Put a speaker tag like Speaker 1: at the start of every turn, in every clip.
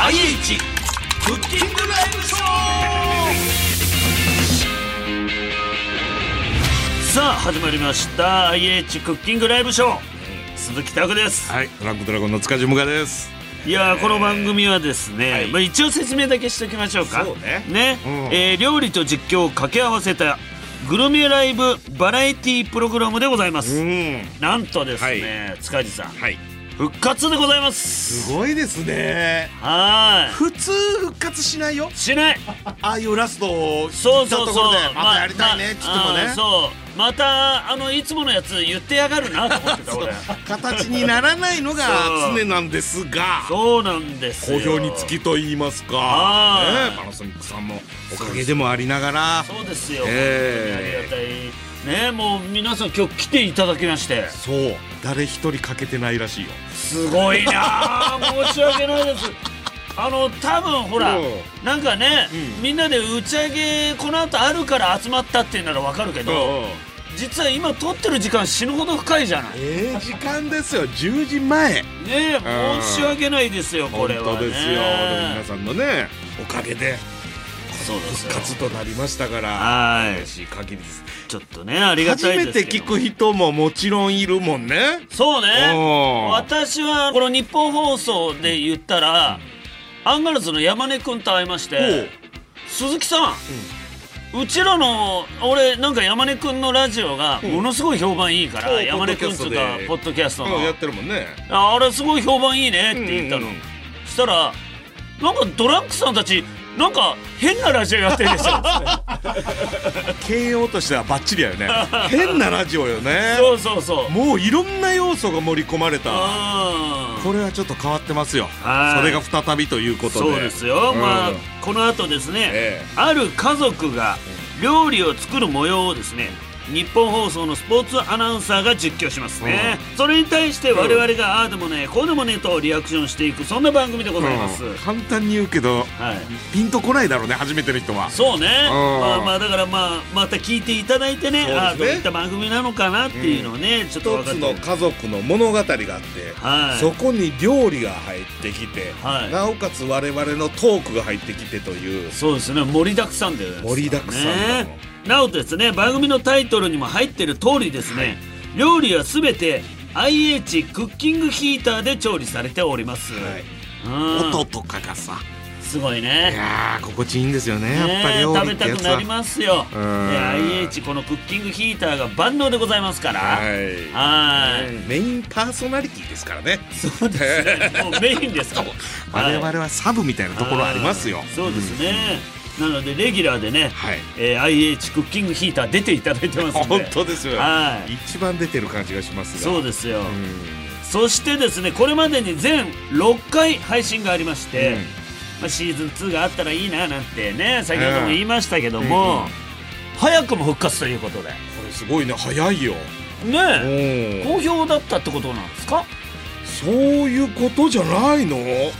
Speaker 1: IH クッキングライブショーさあ始まりました IH クッキングライブショー鈴木拓です
Speaker 2: はい、ブラックドラゴンの塚地向です。
Speaker 1: いやーこの番組はですね、
Speaker 2: はい
Speaker 1: まあ、一応説明だけしておきましょうか
Speaker 2: そうねうん
Speaker 1: えー料理と実況を掛け合わせたグルメライブバラエティプログラムでございます、
Speaker 2: ん、
Speaker 1: なんとですね、塚地さん
Speaker 2: はい、
Speaker 1: 復活でございます
Speaker 2: すごいですね。
Speaker 1: はー
Speaker 2: 普通復活しないよ
Speaker 1: い。しない
Speaker 2: ああいうラストを
Speaker 1: そうそう
Speaker 2: 切ったとこ
Speaker 1: そ
Speaker 2: ろ
Speaker 1: う
Speaker 2: でまたやりたいねって言ってもね、
Speaker 1: まあそうまたあのいつものやつ言ってやがるなと思ってた 俺
Speaker 2: 形にならないのが
Speaker 1: そう
Speaker 2: 常なんですが、
Speaker 1: そうなんですよ
Speaker 2: 好評につきと言いますか、
Speaker 1: はい
Speaker 2: ねパナソニックさんのおかげでもありながら、
Speaker 1: そうですよ、
Speaker 2: え
Speaker 1: 本当にありがたいねもう皆さん今日来ていただきまして
Speaker 2: そう、誰一人欠けてないらしいよ。
Speaker 1: すごいなあ 申し訳ないですあの多分ほら
Speaker 2: うん
Speaker 1: なんかね、
Speaker 2: うん
Speaker 1: みんなで打ち上げこの後あるから集まったっていうならわかるけど実は今撮ってる時間死ぬほど深いじゃないね
Speaker 2: ええ時間ですよ、10時前。
Speaker 1: え申し訳ないですよこ
Speaker 2: 本
Speaker 1: れは、ね、
Speaker 2: 当ですよ、でも皆さんのねおかげで
Speaker 1: そうですよ
Speaker 2: 復活となりましたから
Speaker 1: は
Speaker 2: 嬉しい限りです
Speaker 1: いちょっとねありが
Speaker 2: 初
Speaker 1: たい
Speaker 2: め
Speaker 1: です
Speaker 2: て
Speaker 1: け
Speaker 2: 聞
Speaker 1: ど
Speaker 2: く人ももちろんいるもんね
Speaker 1: そうね
Speaker 2: おー
Speaker 1: 私はこの日本放送で言ったら、アンガールズの山根君と会いまして鈴木さん、うちらの俺なんか山根君のラジオがものすごい評判いいから、
Speaker 2: おう
Speaker 1: 山根君っていうかポ
Speaker 2: ポ
Speaker 1: ッドキャスト
Speaker 2: お
Speaker 1: の
Speaker 2: うんやってるもんね
Speaker 1: ああれすごい評判いいねって言ったの、
Speaker 2: うんうん
Speaker 1: したらなんかドラッグさんたちなんか変なラジオやってるでし ょ
Speaker 2: 形容としてはバッチリだよ ね変なラジオよね
Speaker 1: そうそうそう
Speaker 2: もういろんな要素が盛り込まれた
Speaker 1: うん
Speaker 2: これはちょっと変わってますよ
Speaker 1: はい
Speaker 2: それが再びということで
Speaker 1: そうですよ、
Speaker 2: うん
Speaker 1: まあこの後ですね、
Speaker 2: ええ
Speaker 1: ある家族が料理を作る模様をですね日本放送のスポーツアナウンサーが実況しますね、それに対して我々がああでもねえこうでもねえとリアクションしていくそんな番組でございます、
Speaker 2: うん
Speaker 1: は
Speaker 2: 簡単に言うけど
Speaker 1: い
Speaker 2: ピンとこないだろうね初めての人は
Speaker 1: そうね、
Speaker 2: うん
Speaker 1: まあまあだからまあまた聞いていただいてね
Speaker 2: そうですね
Speaker 1: ああどういった番組なのかなっていうのをね、ちょっと分か
Speaker 2: 一
Speaker 1: っ
Speaker 2: つ
Speaker 1: て
Speaker 2: の家族の物語があって、
Speaker 1: はい
Speaker 2: そこに料理が入ってきて、
Speaker 1: はい
Speaker 2: なおかつ我々のトークが入ってきてという
Speaker 1: そうですね盛りだくさんで
Speaker 2: 盛りだくさんだもん
Speaker 1: ねなおですね番組のタイトルにも入ってる通りですね、料理はすべて IH クッキングヒーターで調理されております、うん
Speaker 2: 音とかがさ
Speaker 1: すごい
Speaker 2: い
Speaker 1: ね
Speaker 2: やー心地いいんですよねやっぱ
Speaker 1: ね
Speaker 2: 料
Speaker 1: 食
Speaker 2: 理
Speaker 1: べ
Speaker 2: って
Speaker 1: た
Speaker 2: や
Speaker 1: く
Speaker 2: つ
Speaker 1: な
Speaker 2: は
Speaker 1: りますよ、
Speaker 2: う
Speaker 1: ね、
Speaker 2: ん
Speaker 1: IH このクッキングヒーターが万能でございますから
Speaker 2: はい
Speaker 1: はい
Speaker 2: メインパーソナリティですからね
Speaker 1: そうですねもうメインですから
Speaker 2: 我
Speaker 1: はい
Speaker 2: 々はサブみたいな ところありますよ
Speaker 1: あーそうですね、なのでレギュラーでね、
Speaker 2: はい
Speaker 1: えー IH クッキングヒーター出ていただいてますんで
Speaker 2: 本当ですよ
Speaker 1: はい
Speaker 2: 一番出てる感じがしますが
Speaker 1: そう
Speaker 2: で
Speaker 1: ですよ、そしてですねこれまでに全6回配信がありまして、
Speaker 2: うん
Speaker 1: まあ、シーズン2があったらいいななんてね先ほども言いましたけども、早くも復活ということで
Speaker 2: これすごいね早いよ
Speaker 1: ねえ
Speaker 2: お
Speaker 1: 好評だったってことなんですか
Speaker 2: そういうことじゃないの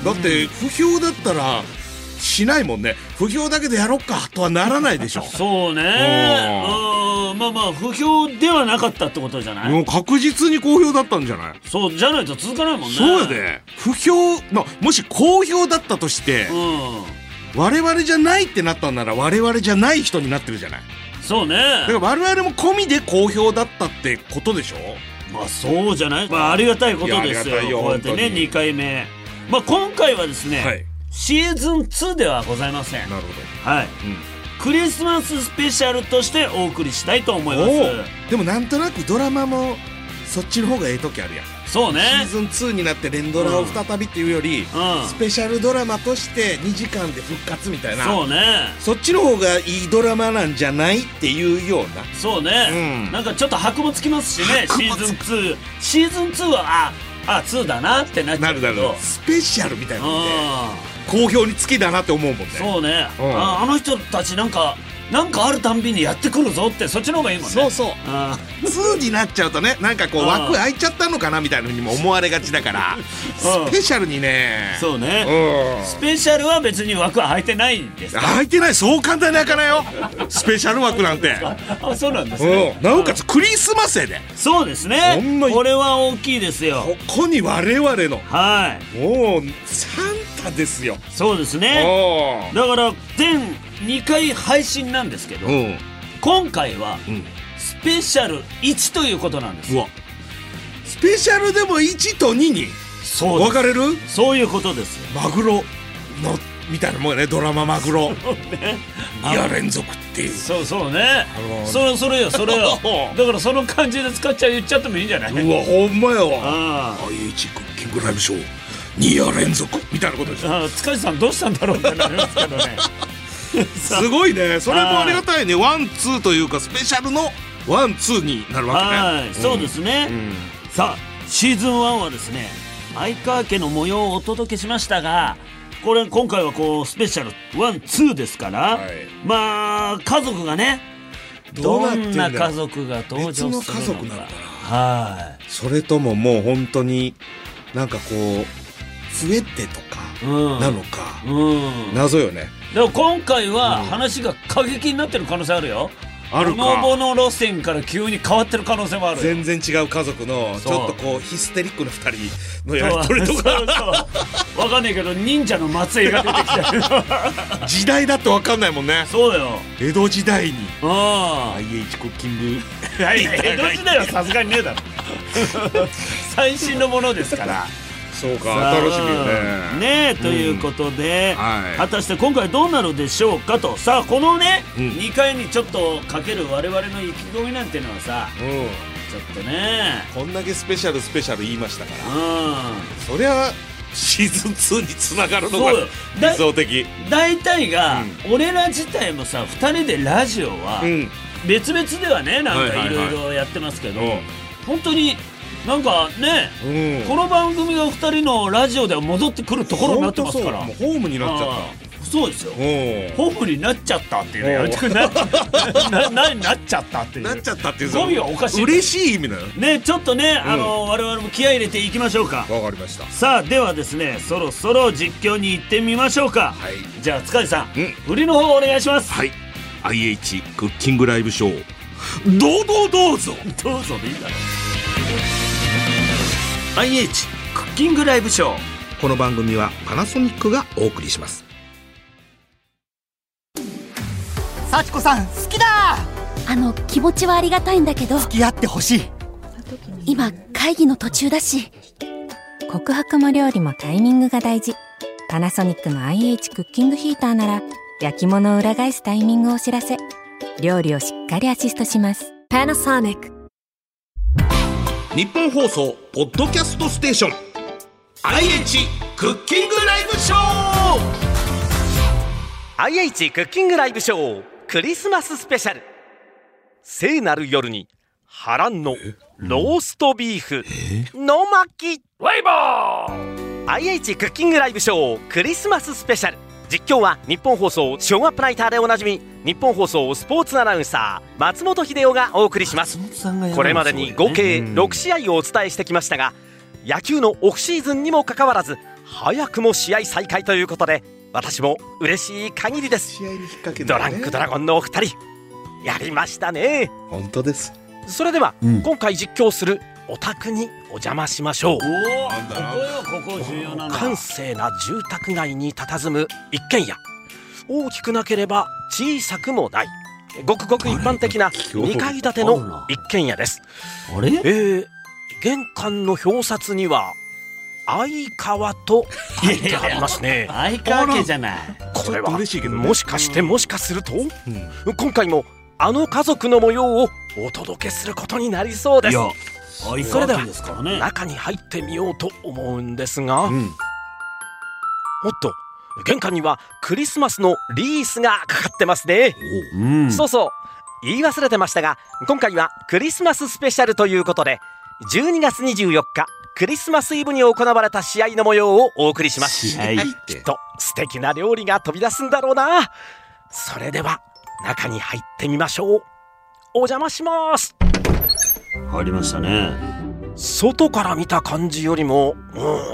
Speaker 2: だって不評だったらしないもんね不評だけでやろっかとはならないでしょ
Speaker 1: そうねうんまあまあ不評ではなかったってことじゃない、
Speaker 2: もう確実に好評だったんじゃない、
Speaker 1: そうじゃないと続かないもんね
Speaker 2: そうやで不評のもし好評だったとして
Speaker 1: う、
Speaker 2: 我々じゃないってなったんなら我々じゃない人になってるじゃない
Speaker 1: んそうね
Speaker 2: だから我々も込みで好評だったってことでしょ
Speaker 1: まあそうじゃない、まあ、ありがたいことです
Speaker 2: いや
Speaker 1: よ
Speaker 2: ありがたいよ
Speaker 1: こうやってね
Speaker 2: 本当に
Speaker 1: 2回目まあ今回はですね、
Speaker 2: はい
Speaker 1: シーズン2ではございません
Speaker 2: なるほ
Speaker 1: はい、
Speaker 2: うん
Speaker 1: クリスマススペシャルとしてお送りしたいと思いま
Speaker 2: おでもなんとなくドラマもそっちの方がええ時あるやん
Speaker 1: すそうね
Speaker 2: シーズン2になって連ドラを再びっていうより、
Speaker 1: うん
Speaker 2: スペシャルドラマとして2時間で復活みたいな
Speaker 1: そうね
Speaker 2: そっちの方がいいドラマなんじゃないっていうような
Speaker 1: そうね、
Speaker 2: うん
Speaker 1: なんかちょっと箔もつきますしねシー
Speaker 2: 箔も
Speaker 1: ズ
Speaker 2: つ
Speaker 1: ン2シーズン2はああ2だなってなっちゃうけどうん
Speaker 2: スペシャルみたいなので好評につきだなって思うもんね
Speaker 1: そうね、
Speaker 2: うん
Speaker 1: ああの人たちなんかなんかあるたんびにやってくるぞってそっちの方がいいもんね
Speaker 2: そうそう
Speaker 1: あ
Speaker 2: 2になっちゃうとねなんかこう
Speaker 1: うん
Speaker 2: 枠空いちゃったのかなみたいなふうにも思われがちだからスペシャルにね
Speaker 1: ーそうね、
Speaker 2: うん
Speaker 1: スペシャルは別に枠は入ってないんですか
Speaker 2: 空いてないそう簡単に開かないよスペシャル枠なんて
Speaker 1: あそうなんですね
Speaker 2: うんなおかつクリスマスやで
Speaker 1: そうです
Speaker 2: ほん
Speaker 1: ね
Speaker 2: まに
Speaker 1: これは大きいですよ
Speaker 2: ここに我々の
Speaker 1: はい
Speaker 2: もう3たですよ。
Speaker 1: そうですね
Speaker 2: お
Speaker 1: だから全2回配信なんですけど、
Speaker 2: ー
Speaker 1: 今回は
Speaker 2: うん。
Speaker 1: スペシャル1ということなんです
Speaker 2: うわ。スペシャルでも1と2に
Speaker 1: そう
Speaker 2: 分
Speaker 1: で
Speaker 2: かれる
Speaker 1: すそういうことですよ
Speaker 2: マグロのみたいなもんやねドラママグロ
Speaker 1: あ
Speaker 2: 2夜連続っていう。
Speaker 1: そうそうね
Speaker 2: のー
Speaker 1: それそれよそれ よだからその感じで使っちゃう言っちゃってもいいんじゃないう
Speaker 2: わほんまや。
Speaker 1: ああ
Speaker 2: IH キングライブショー2夜連続みたいなことでしょ。
Speaker 1: ああ塚地さんどうしたんだろうってなりますけど ね
Speaker 2: すごいね。それもありがたいね。ワンツーというかスペシャルのワンツーになるわ
Speaker 1: は
Speaker 2: けね。。
Speaker 1: いそうですすね、
Speaker 2: ん
Speaker 1: さあシーズン1はですね相川家の模様をお届けしましたがこれ今回はこうスペシャル12ですから、
Speaker 2: はい
Speaker 1: まあ家族がねど
Speaker 2: どうなって
Speaker 1: ん
Speaker 2: んだろ
Speaker 1: な
Speaker 2: う
Speaker 1: 家族が登場するのか
Speaker 2: 別の家族なのか
Speaker 1: は
Speaker 2: それとももう本当になんかこう増えてとか
Speaker 1: いうん
Speaker 2: なのか、
Speaker 1: うん
Speaker 2: 謎よね
Speaker 1: でも今回は
Speaker 2: うん
Speaker 1: 話が過激になってる可能性あるよ
Speaker 2: ある
Speaker 1: ほのぼ
Speaker 2: か
Speaker 1: の路線から急に変わってる可能性もあるよ
Speaker 2: 全然違う家族のち
Speaker 1: そう
Speaker 2: ょっとこうヒステリックな2人のやり取りと
Speaker 1: そう
Speaker 2: か
Speaker 1: そうわかんないけど忍者の末裔が出てきた
Speaker 2: 時代だって分かんないもんね
Speaker 1: そうだよ
Speaker 2: 江戸時代に
Speaker 1: うん
Speaker 2: IH クッキング
Speaker 1: 江戸時代はさすがにねえだろ最新のものですから
Speaker 2: そうか
Speaker 1: さあ
Speaker 2: 楽しみよ
Speaker 1: うんね
Speaker 2: ね
Speaker 1: えということで、
Speaker 2: はい
Speaker 1: 果たして今回どうなるでしょうかとさあこのね、
Speaker 2: うん
Speaker 1: 2回にちょっとかける我々の意気込みなんてのはさ
Speaker 2: う
Speaker 1: ちょっとね
Speaker 2: んこんだけスペシャルスペシャル言いましたか
Speaker 1: う
Speaker 2: らそりゃシーズン2につながるの
Speaker 1: そうよ
Speaker 2: が理想的
Speaker 1: ん大体が、俺ら自体もさ2人でラジオは
Speaker 2: うん
Speaker 1: 別々ではねなん
Speaker 2: はい
Speaker 1: か
Speaker 2: はいいは
Speaker 1: ろ
Speaker 2: い
Speaker 1: いろやってますけど、本当になんかね、
Speaker 2: うん
Speaker 1: この番組が2人のラジオでは戻ってくるところになってますから
Speaker 2: ほんとそうもうホームになっちゃっ
Speaker 1: あーそうですよ
Speaker 2: たう
Speaker 1: ホームになっちゃったっていうね
Speaker 2: おう
Speaker 1: やめてくれななななっちゃったってい
Speaker 2: ん
Speaker 1: う
Speaker 2: なっちゃったっていう
Speaker 1: 語尾がおかしい
Speaker 2: 嬉しい意味なの
Speaker 1: ねちょっとね、あの我々も気合い入れていきましょうか
Speaker 2: わかりました
Speaker 1: さあではですねそろそろ実況に行ってみましょうか、
Speaker 2: はい
Speaker 1: じゃあ塚地さん、
Speaker 2: うん
Speaker 1: 売りの方お願いします、
Speaker 2: はい IH クッキングライブショーどうどうどうぞ
Speaker 1: どうぞでいいだろ IH クッキングライブショー
Speaker 2: この番組はパナソニックがお送りします
Speaker 3: 幸子さん好きだ
Speaker 4: あの気持ちはありがたいんだけど
Speaker 3: 付き合ってほしい
Speaker 4: 今会議の途中だし
Speaker 5: 告白も料理もタイミングが大事パナソニックの IH クッキングヒーターなら焼き物を裏返すタイミングをお知らせ料理をしっかりアシストしますパナソニック
Speaker 2: 日本放送ポッドキャストステーション IH クッキングライブショー
Speaker 6: IH クッキングライブショークリスマススペシャル聖なる夜に波乱のローストビーフの巻
Speaker 1: ワイバー
Speaker 6: IH クッキングライブショークリスマススペシャル実況は日本放送ショーアップナイターでおなじみ日本放送スポーツアナウンサー松本秀夫がお送りしますこれまでに合計6試合をお伝えしてきましたが野球のオフシーズンにもかかわらず早くも試合再開ということで私も嬉しい限りです
Speaker 2: 試合に引っ掛け
Speaker 6: ドランクドラゴンのお二人やりましたね
Speaker 2: 本当です
Speaker 6: それでは、
Speaker 1: うん
Speaker 6: 今回実況するお宅にお邪魔しましょう
Speaker 1: おお
Speaker 2: なんだ
Speaker 1: ここよここ重要なんだ
Speaker 6: 閑静な住宅街に佇む一軒家大きくなければ小さくもないごくごく一般的な2階建ての一軒家です
Speaker 1: あれ
Speaker 6: えー、玄関の表札には相川と書いてありますね
Speaker 1: 相川家じゃない
Speaker 6: これ
Speaker 2: ちょっと
Speaker 6: は
Speaker 2: 嬉しいけどね
Speaker 6: もしかしてもしかすると
Speaker 2: うん
Speaker 6: 今回もあの家族の模様をお届けすることになりそうです
Speaker 1: 相
Speaker 6: それでは
Speaker 1: 川家ですからね
Speaker 6: 中に入ってみようと思うんですが、
Speaker 2: うん
Speaker 6: おっと玄関にはクリスマスのリースがかかってますね、
Speaker 1: うん
Speaker 6: そうそう言い忘れてましたが今回はクリスマススペシャルということで12月24日クリスマスイブに行われた試合の模様をお送りします
Speaker 1: 試合
Speaker 6: きっと素敵な料理が飛び出すんだろうなそれでは中に入ってみましょうお邪魔します
Speaker 1: 入りましたね
Speaker 6: 外から見た感じよりも、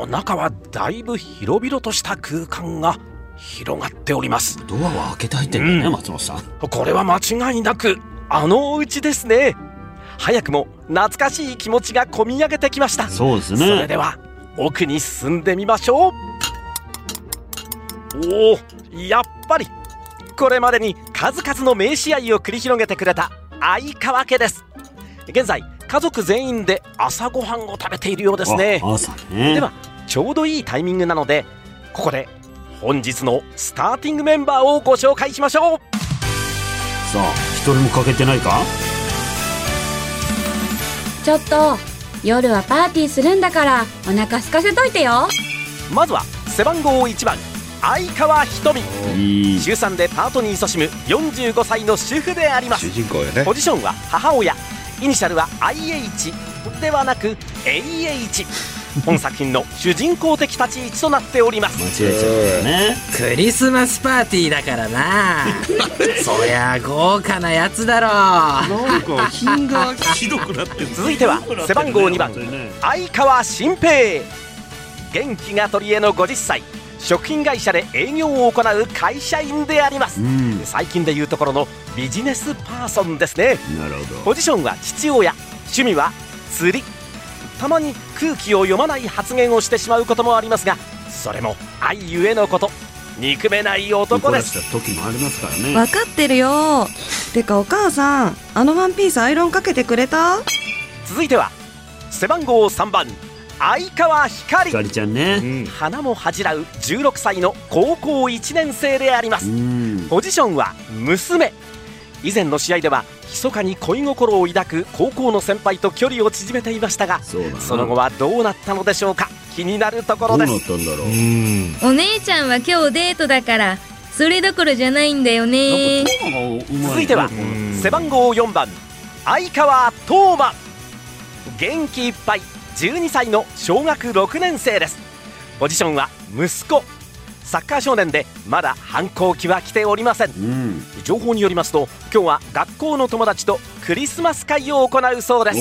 Speaker 6: うん中はだいぶ広々とした空間が広がっております
Speaker 1: ドアは開けて入ってるんだね
Speaker 6: うん
Speaker 1: 松本さん
Speaker 6: これは間違いなくあのお家ですね早くも懐かしい気持ちがこみ上げてきました
Speaker 1: そうです
Speaker 6: それでは奥に進んでみましょうおおやっぱりこれまでに数々の名試合を繰り広げてくれた相川家です現在家族全員で朝ごはんを食べているようですね
Speaker 1: あ朝ね
Speaker 6: ではちょうどいいタイミングなのでここで本日のスターティングメンバーをご紹介しましょう
Speaker 1: さあ一人も欠けてないか
Speaker 7: ちょっと夜はパーティーするんだからお腹空かせといてよ
Speaker 6: まずは背番号1番相川ひとみ
Speaker 1: いい
Speaker 6: 週3でパートに勤しむ45歳の主婦であります
Speaker 2: 主人公よね
Speaker 6: ポジションは母親イニシャルは IH ではなく AH 本作品の主人公的立ち位置となっております
Speaker 1: 間違えちゃったね
Speaker 8: クリスマスパーティーだからなそりゃ豪華なやつだろ
Speaker 2: なんか品がひどくなってる
Speaker 6: 続いては背番号2番相川新平元気が取り柄の50歳食品会社で営業を行う会社員であります、
Speaker 1: うん
Speaker 6: 最近でいうところのビジネスパーソンですね
Speaker 1: なるほど
Speaker 6: ポジションは父親趣味は釣りたまに空気を読まない発言をしてしまうこともありますがそれも愛ゆえのこと憎めない男
Speaker 1: 怒
Speaker 6: で
Speaker 1: ら
Speaker 6: す
Speaker 1: せた時もありますから
Speaker 9: 分
Speaker 1: ね
Speaker 9: かってるよてかお母さんあのワンピースアイロンかけてくれた
Speaker 6: 続いては背番号3番相川光
Speaker 1: ひかりちゃんね
Speaker 2: うん
Speaker 6: 花も恥じらう16歳の高校1年生でありま
Speaker 1: う
Speaker 6: す
Speaker 1: ん
Speaker 6: ポジションは娘以前の試合では密かに恋心を抱く高校の先輩と距離を縮めていましたが
Speaker 1: そうだな
Speaker 6: その後はどうなったのでしょうか気になるとこ
Speaker 1: ど
Speaker 6: ろ
Speaker 1: うな
Speaker 6: で
Speaker 1: っ
Speaker 6: す
Speaker 1: たんだろう
Speaker 2: うん
Speaker 7: お姉ちゃんは今日デートだからそれどころじゃないんだよね
Speaker 6: 続いては
Speaker 2: ん
Speaker 6: 背番号4番相川斗真元気いっぱい12歳の小学6年生ですポジションは息子サッカー少年でまだ反抗期は来ておりません
Speaker 1: うん
Speaker 6: 情報によりますと今日は学校の友達とクリスマス会を行うそうです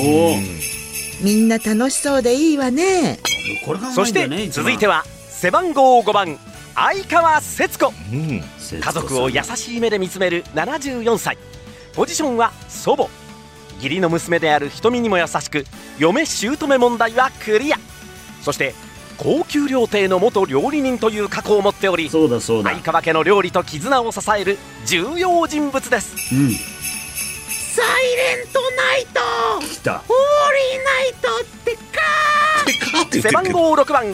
Speaker 1: おお
Speaker 10: みんな楽しそうでいいわね
Speaker 1: これがうま
Speaker 6: そ
Speaker 1: い
Speaker 6: し
Speaker 1: んだよ
Speaker 6: て
Speaker 1: ね
Speaker 6: 続いては背番号5番相川節子
Speaker 2: うん
Speaker 6: 家族を優しい目で見つめる74歳ポジションは祖母義理の娘である瞳にも優しく嫁姑問題はクリアそして高級料亭の元料理人という過去を持っており
Speaker 1: そうだそうだ
Speaker 6: 相川家の料理と絆を支える重要人物です
Speaker 1: うん
Speaker 10: サイレントナイト
Speaker 1: 来た
Speaker 10: ホーリーナイ
Speaker 2: でか
Speaker 10: トってか
Speaker 2: って言って
Speaker 6: 背
Speaker 2: る
Speaker 6: 番
Speaker 2: けど
Speaker 6: 号6番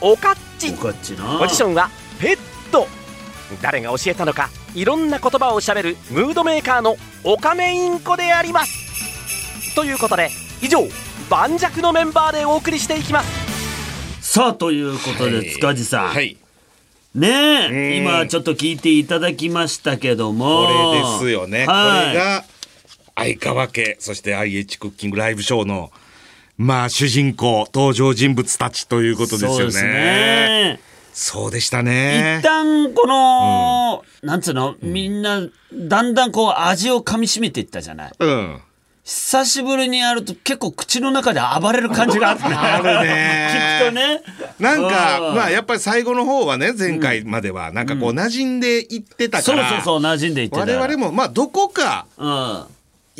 Speaker 6: おかっち
Speaker 1: おかっちな
Speaker 6: ポジショ
Speaker 1: ン
Speaker 6: ンはペット誰が教えたのかいろんな言葉をしゃべるムードメーカーのオカメインコでありますということで以上盤石のメンバーでお送りしていきます
Speaker 1: さあということ
Speaker 2: はい
Speaker 1: で塚地さん
Speaker 2: はい
Speaker 1: ねえ
Speaker 2: うん
Speaker 1: 今ちょっと聞いていただきましたけども
Speaker 2: これですよ
Speaker 1: は
Speaker 2: ね、
Speaker 1: い
Speaker 2: これが相川家そして IH クッキングライブショーのまあ主人公登場人物たちということですよね
Speaker 1: そうですね
Speaker 2: そうでした
Speaker 1: 一
Speaker 2: ね
Speaker 1: 旦この、なんつうのみんなだんだんこう味を噛みしめていったじゃない
Speaker 2: うん
Speaker 1: 久しぶりにやると結構口の中で暴れる感じがあったね
Speaker 2: るね
Speaker 1: 聞くとね
Speaker 2: なんか
Speaker 1: う
Speaker 2: まあやっぱり最後の方はね前回まではなんかこう馴染んでいってたか
Speaker 1: そう
Speaker 2: ら、
Speaker 1: そうそう馴染んでいってた
Speaker 2: 我々もまあどこか
Speaker 1: うん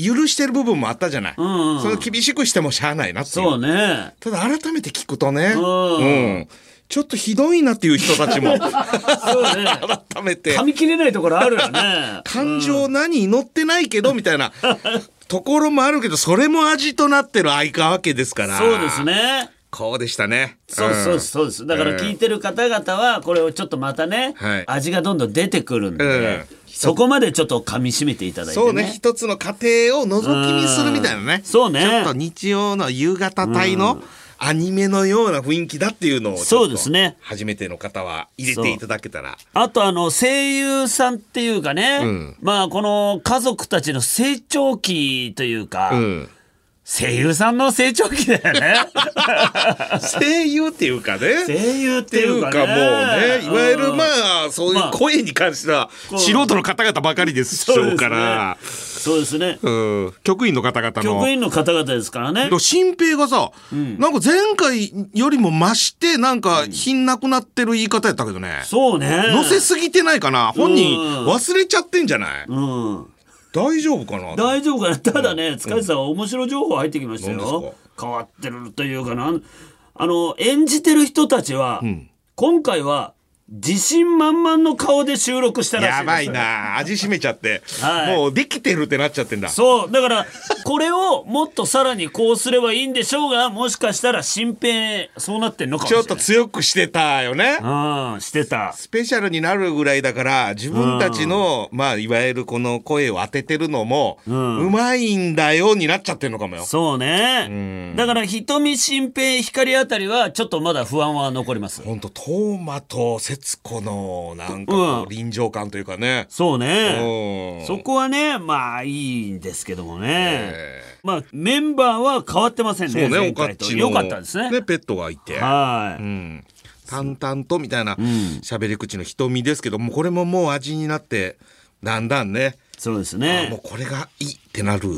Speaker 2: 許してる部分もあったじゃない、
Speaker 1: んうん
Speaker 2: それ厳しくしてもしゃあないなっていう
Speaker 1: そうね
Speaker 2: ただ改めて聞くとね、
Speaker 1: うん
Speaker 2: うんちょっとひどいなっていう人たちも
Speaker 1: そうね
Speaker 2: 改めて
Speaker 1: 噛み切れないところあるよね
Speaker 2: 感情何祈ってないけどみたいなところもあるけどそれも味となってる相川家ですから
Speaker 1: そうですね
Speaker 2: こうでしたね
Speaker 1: そうそうですそう
Speaker 2: で
Speaker 1: ですだから聞いてる方々はこれをちょっとまたね、
Speaker 2: はい
Speaker 1: 味がどんどん出てくるんで、
Speaker 2: うん
Speaker 1: そこまでちょっと噛み締めていただいてね
Speaker 2: そうね一つの過程を覗き見するみたいな
Speaker 1: う
Speaker 2: ね
Speaker 1: んそうね
Speaker 2: ちょっと日曜の夕方帯のアニメのような雰囲気だっていうのをちょっと
Speaker 1: そうですね
Speaker 2: 初めての方は入れていただけたら
Speaker 1: あとあの声優さんっていうかね、
Speaker 2: うん
Speaker 1: まあこの家族たちの成長期というか、
Speaker 2: うん
Speaker 1: 声優さんの成長期だよ ね
Speaker 2: 声優っていう かね
Speaker 1: 声優っ
Speaker 2: って
Speaker 1: て
Speaker 2: い
Speaker 1: いう
Speaker 2: う
Speaker 1: か,、
Speaker 2: かもうねいわゆるま
Speaker 1: あ
Speaker 2: あそういう声に関しては
Speaker 1: まあ
Speaker 2: 素人の方々ばかりでしょうから
Speaker 1: そうですね
Speaker 2: うん局員の方々の
Speaker 1: 局員の方々ですからね
Speaker 2: でも新平がさ、なんか前回よりも増してなんか品なくなってる言い方やったけどね、
Speaker 1: そうね
Speaker 2: 載せすぎてないかな本人
Speaker 1: うん
Speaker 2: 忘れちゃってんじゃない、
Speaker 1: うん
Speaker 2: 大丈夫かな
Speaker 1: 大丈夫かなただね塚地さんは面白情報入ってきました
Speaker 2: 何で
Speaker 1: よ
Speaker 2: す
Speaker 1: 変わってるというかなあの演じてる人たちは、今回は自信満々の顔で収録したらしいです
Speaker 2: やばいな味しめちゃって、
Speaker 1: はい
Speaker 2: もうできてるってなっちゃってんだ
Speaker 1: そうだからこれをもっとさらにこうすればいいんでしょうがもしかしたら新平そうなってんのかもし
Speaker 2: ち
Speaker 1: れ
Speaker 2: ょ
Speaker 1: な
Speaker 2: っ
Speaker 1: い
Speaker 2: と強くしてたよね
Speaker 1: うんしてた
Speaker 2: スペシャルになるぐらいだから自分たちの、まあいわゆるこの声を当ててるのも、うまいんだよになっちゃってるのかもよ
Speaker 1: そうねだから瞳新平光あたりはちょっとまだ不安は残ります
Speaker 2: 本当トーマと節子のなんかこう臨場感というかね、
Speaker 1: そうね
Speaker 2: うん
Speaker 1: そこはねまあいいんですけどもねまあメンバーは変わってません
Speaker 2: そう
Speaker 1: ね
Speaker 2: ね
Speaker 1: 前
Speaker 2: おかっ
Speaker 1: 回と
Speaker 2: ちの
Speaker 1: よかったですね
Speaker 2: ペットがいて
Speaker 1: はい
Speaker 2: うん淡々とみたいな喋り口の瞳ですけどもこれももう味になってだんだんね
Speaker 1: そうです
Speaker 2: あもう
Speaker 1: ね
Speaker 2: これがいいってなる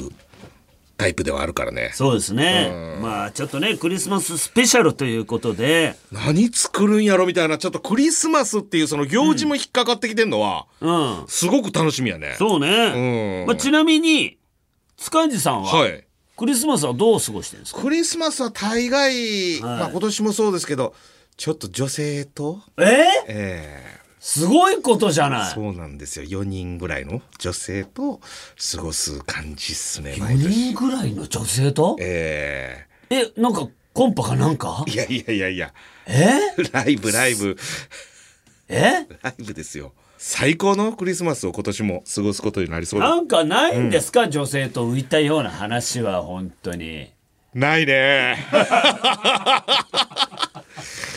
Speaker 2: タイプではあるからね
Speaker 1: そうですねまあちょっとねクリスマススペシャルということで
Speaker 2: 何作るんやろみたいなちょっとクリスマスっていうその行事も引っかかってきてんのは、
Speaker 1: うん
Speaker 2: すごく楽しみやね
Speaker 1: そう
Speaker 2: う
Speaker 1: ね
Speaker 2: ん
Speaker 1: まあちなみに塚地さん
Speaker 2: は
Speaker 1: はいクリスマスはどう過ごしてるんですか
Speaker 2: クリスマスは大概、
Speaker 1: はい
Speaker 2: まあ今年もそうですけどちょっと女性と
Speaker 1: え
Speaker 2: ええ
Speaker 1: すごいことじゃない
Speaker 2: そうなんですよ4人ぐらいの女性と過ごす感じっすね毎
Speaker 1: 4人
Speaker 2: 年
Speaker 1: ぐらいの女性と
Speaker 2: え
Speaker 1: えなんかコンパかなんか
Speaker 2: えいやいやいやいや
Speaker 1: え
Speaker 2: ライブライブ
Speaker 1: え
Speaker 2: ライブですよ最高のクリスマスを今年も過ごすことになりそうだ
Speaker 1: なんかないんですか、女性と浮いたような話は本当に
Speaker 2: ないね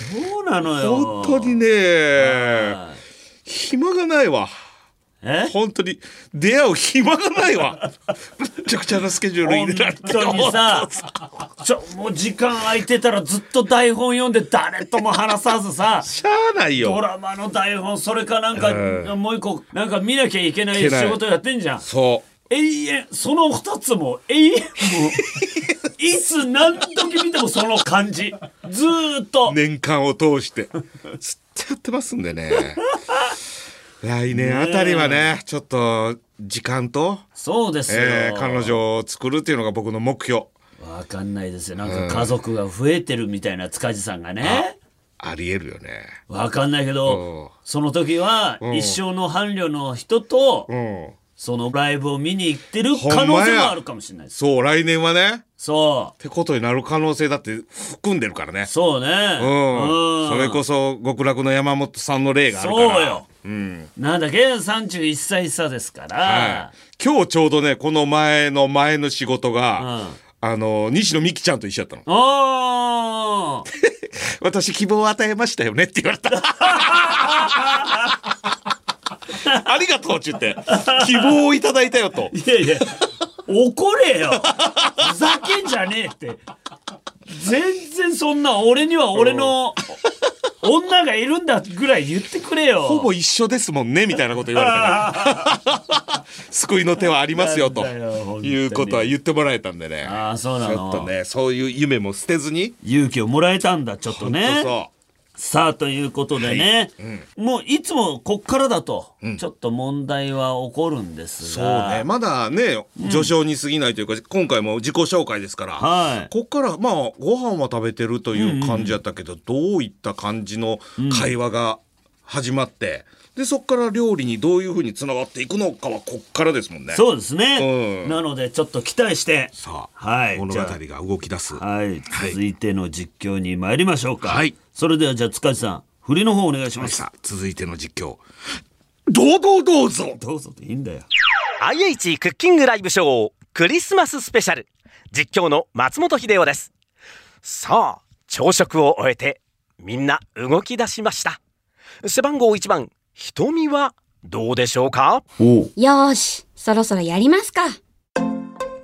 Speaker 1: そうなのよ
Speaker 2: 本当にね暇がないわ
Speaker 1: え
Speaker 2: 本当に出会う暇がないわ めちゃくちゃなスケジュール入れられ
Speaker 1: 本
Speaker 2: て
Speaker 1: 当にさちょもう時間空いてたらずっと台本読んで誰とも話さずさ
Speaker 2: しゃあない
Speaker 1: ド
Speaker 2: よ
Speaker 1: ラマの台本それかなんか、
Speaker 2: う
Speaker 1: もう一個なんか見なきゃいけない
Speaker 2: いけない
Speaker 1: 仕事やってんじゃん
Speaker 2: そ
Speaker 1: 永遠その二つも永遠もいつ何時見てもその感じずーっと、
Speaker 2: う年間を通してずっとやってますんでね来年あたりはねちょっと時間と、
Speaker 1: そうですよ、
Speaker 2: えー彼女を作るっていうのが僕の目標
Speaker 1: わかんないですよなんか家族が増えてるみたいな塚地さんがね
Speaker 2: ありえるよね
Speaker 1: わかんないけ
Speaker 2: うん
Speaker 1: どその時は
Speaker 2: うん
Speaker 1: 一生の伴侶の人と
Speaker 2: うん
Speaker 1: そのライブを見に行ってる可能性もあるかもしれないです
Speaker 2: そう来年はね
Speaker 1: そ
Speaker 2: ってことになる可能性だって含んでるからね
Speaker 1: うそうね
Speaker 2: うん、それこ
Speaker 1: そ
Speaker 2: そ極楽の山本さんの例があるから
Speaker 1: そうよ
Speaker 2: うん
Speaker 1: なんだっけ31歳差ですから、
Speaker 2: はい、今日ちょうどねこの前の前の仕事が、あの西野美紀ちゃんと一緒やったの
Speaker 1: おー
Speaker 2: 「私希望を与えましたよね」って言 われた「ありがとう」って言って「希望をいただいたよ」 と
Speaker 1: いやいや怒れよふざけんじゃねえって全然そんな俺には俺の女がいるんだぐらい言ってくれよ
Speaker 2: ほぼ一緒ですもんねみたいなこと言われた から救いの手はありますよと
Speaker 1: なんだよ本当に
Speaker 2: いうことは言ってもらえたんでね
Speaker 1: あーそうなの
Speaker 2: ちょっとねそういう夢も捨てずに
Speaker 1: 勇気をもらえたんだちょっと
Speaker 2: ほんと
Speaker 1: ね
Speaker 2: そう
Speaker 1: さあということでね、もういつもこっからだと、ちょっと問題は起こるんです
Speaker 2: そう
Speaker 1: が
Speaker 2: ねまだね序章に過ぎないというか、今回も自己紹介ですから、
Speaker 1: はい
Speaker 2: こっからまあご飯は食べてるという感じやったけど、どういった感じの会話が始まって、でそっから料理にどういうふうにつながっていくのかはこっからですもんね。
Speaker 1: そうですね、
Speaker 2: うん
Speaker 1: なのでちょっと期待して
Speaker 2: さあ、
Speaker 1: はい
Speaker 2: 物語が動き出す。
Speaker 1: はい
Speaker 2: はい
Speaker 1: 続いての実況に参りましょうか、
Speaker 2: はい
Speaker 1: それではじゃあ塚地さん振りの方お願いします
Speaker 2: さあ続いての実況どうぞどうぞ
Speaker 1: どうぞっていいんだよ
Speaker 6: IH クッキングライブショークリスマススペシャル実況の松本秀夫ですさあ朝食を終えてみんな動き出しました背番号1番瞳はどうでしょうか
Speaker 7: よーし、そろそろやりますか。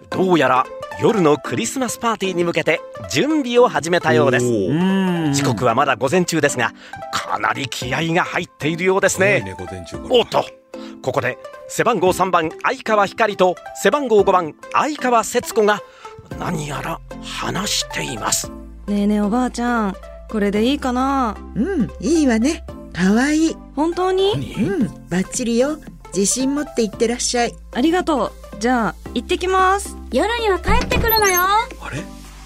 Speaker 6: どうやら夜のクリスマスパーティーに向けて準備を始めたようです
Speaker 2: おー
Speaker 6: 時刻はまだ午前中ですがかなり気合が入っているようですね
Speaker 2: いい午前中から
Speaker 6: おっとここで背番号3番相川光と背番号5番相川節子が何やら話しています
Speaker 9: ねえねえおばあちゃんこれでいいかな
Speaker 10: うん、いいわね。かわいい。
Speaker 9: 本当に
Speaker 10: うん、バッチリよ。自信持っていってらっしゃい。
Speaker 9: ありがとうじゃあ行ってきます
Speaker 7: 夜には帰ってくるのよ。
Speaker 2: あれ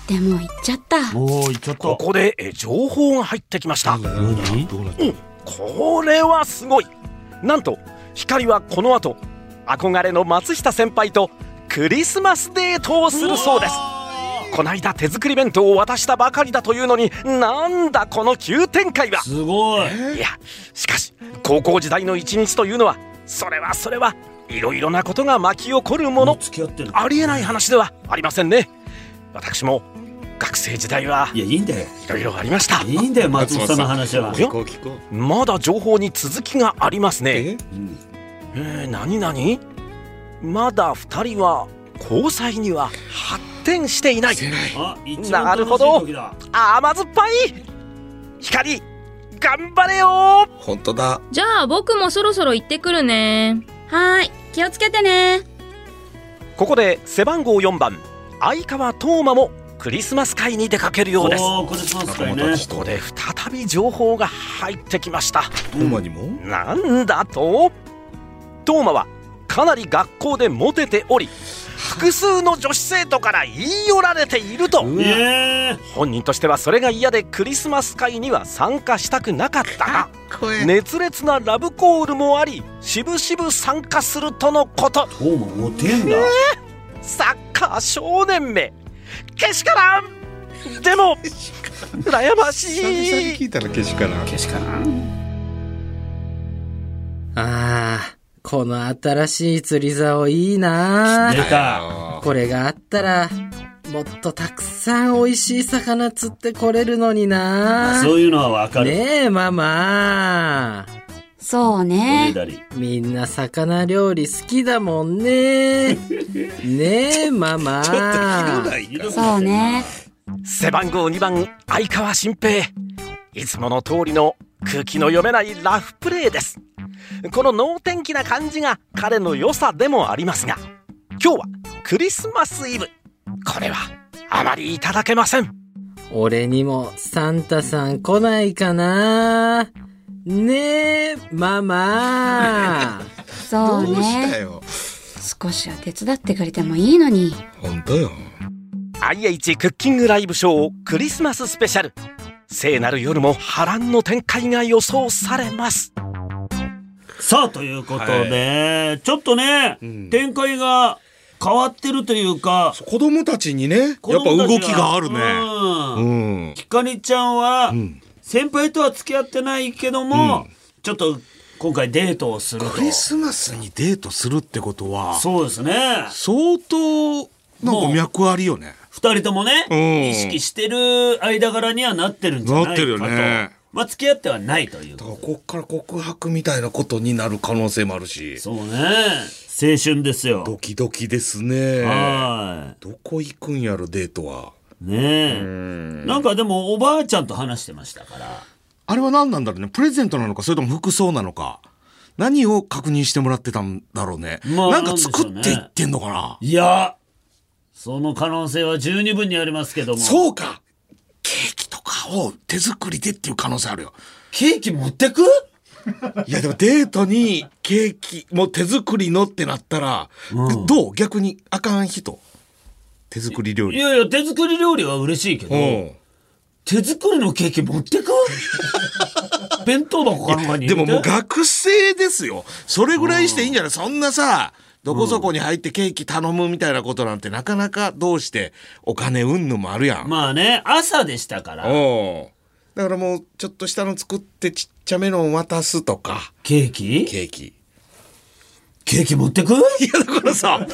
Speaker 7: でも行っちゃった。
Speaker 1: おーいちょっ
Speaker 6: ここでえ情報が入ってきました
Speaker 2: どうなった
Speaker 6: これはすごいなんと光はこの後憧れの松下先輩とクリスマスデートをするそうですこないだ手作り弁当を渡したばかりだというのになんだこの急展開は
Speaker 1: すごい
Speaker 6: いやしかし高校時代の一日というのはそれはそれはいろいろなことが巻き起こるものありえない話ではありませんね私も学生時代はい
Speaker 1: やいいんだよ
Speaker 6: いろいろありました
Speaker 1: いいんだよ松本さんの話は
Speaker 6: おやまだ情報に続きがありますねえー、何何まだ二人は交際には発展していない
Speaker 1: あ一番
Speaker 6: なるほ
Speaker 1: 楽
Speaker 6: ど
Speaker 1: しい時だ
Speaker 6: 甘酸っぱい光頑張れよ
Speaker 2: 本当だ
Speaker 7: じゃあ僕もそろそろ行ってくるね。はーい。気をつけてね。
Speaker 6: ここで背番号4番相川斗真もクリスマス会に出かけるようです
Speaker 1: おーこれしますか
Speaker 2: 仲
Speaker 1: ね
Speaker 2: 間たち
Speaker 6: ことこで再び情報が入ってきました
Speaker 2: トマにも
Speaker 6: なんだとトーマはかなり学校でモテており複数の女子生徒から言い寄られていると
Speaker 1: ええ
Speaker 6: 本人としてはそれが嫌でクリスマス会には参加したくなかったが熱烈なラブコールもありしぶしぶ参加するとのこと
Speaker 1: トーマモテんだ
Speaker 6: サッカー少年めけしからんで も羨
Speaker 2: 久
Speaker 6: ま
Speaker 2: 々
Speaker 6: し
Speaker 2: に
Speaker 6: い
Speaker 2: 聞いたらけしからん
Speaker 1: けしからん
Speaker 8: ああ、この新しい釣り竿いいなあ
Speaker 1: 出た
Speaker 8: これがあったら、もっとたくさん美味しい魚釣ってこれるのにな
Speaker 1: そういうのはわかる
Speaker 8: ねえ、ママ。
Speaker 7: そう
Speaker 1: おね
Speaker 7: ね。
Speaker 1: だり
Speaker 8: みんな魚料理好きだもん ね。ねえ、ママ。
Speaker 7: そうね。
Speaker 6: 背番号2番相川新平いつもの通りの空気の読めないラフプレーですこの能天気な感じが彼の良さでもありますが今日はクリスマスイブこれはあまりいただけません
Speaker 8: 俺にもサンタさん来ないかな。ねえ、ママ。
Speaker 7: そ
Speaker 2: ど
Speaker 7: う
Speaker 2: うした
Speaker 7: ね。
Speaker 2: よ
Speaker 7: 少しは手伝ってくれてもいいのに。
Speaker 2: 本当よ
Speaker 6: IH クッキングライブショークリスマススペシャル聖なる夜も波乱の展開が予想されます
Speaker 1: さあということで、ちょっとね、展開が変わってるというか
Speaker 2: 子供たちにねやっぱ
Speaker 1: 子供たちは
Speaker 2: 動きがあるね
Speaker 1: うん
Speaker 2: うん
Speaker 1: ひかりちゃんは、先輩とは付き合ってないけども、ちょっと今回デートをすると
Speaker 2: クリスマスにデートするってことは
Speaker 1: そうですね
Speaker 2: 相当なんか脈ありよね
Speaker 1: 二人ともね、
Speaker 2: うん
Speaker 1: 意識してる間柄にはなってるんじゃないかと
Speaker 2: なってるよね
Speaker 1: まあ付き合ってはないという
Speaker 2: だからこっから告白みたいなことになる可能性もあるし
Speaker 1: そうね青春ですよ
Speaker 2: ドキドキですね
Speaker 1: は
Speaker 2: どこ行くんやろデートはい
Speaker 1: ねえなんかでもおばあちゃんと話してましたから
Speaker 2: あれは何なんだろうねプレゼントなのかそれとも服装なのか何を確認してもらってたんだろうね、
Speaker 1: まあ
Speaker 2: なん
Speaker 1: なん
Speaker 2: か
Speaker 1: でしょ
Speaker 2: 作
Speaker 1: うね
Speaker 2: っていってんのかない
Speaker 1: やその可能性は十二分にありますけども
Speaker 2: そうかケーキとかを手作りでっていう可能性あるよ
Speaker 1: ケーキ持ってく
Speaker 2: いやでもデートにケーキもう手作りのってなったら、
Speaker 1: うん
Speaker 2: どう逆にあかん人手作り料
Speaker 1: い
Speaker 2: 理
Speaker 1: やいや手作り料理は嬉しいけど、
Speaker 2: うん
Speaker 1: 手作りのケーキ持 ってく弁当箱かなんかに
Speaker 2: で
Speaker 1: 入れ
Speaker 2: も
Speaker 1: て
Speaker 2: もう学生ですよそれぐらいしていいんじゃないそんなさどこそこに入ってケーキ頼むみたいなことなんてなかなかどうしてお金うんぬもあるやん、
Speaker 1: まあね朝でしたから
Speaker 2: おだからもうちょっとしたの作ってちっちゃめのを渡すとか
Speaker 1: ケーキ
Speaker 2: ケーキ
Speaker 1: ケーキ持ってく
Speaker 2: いやだか らさ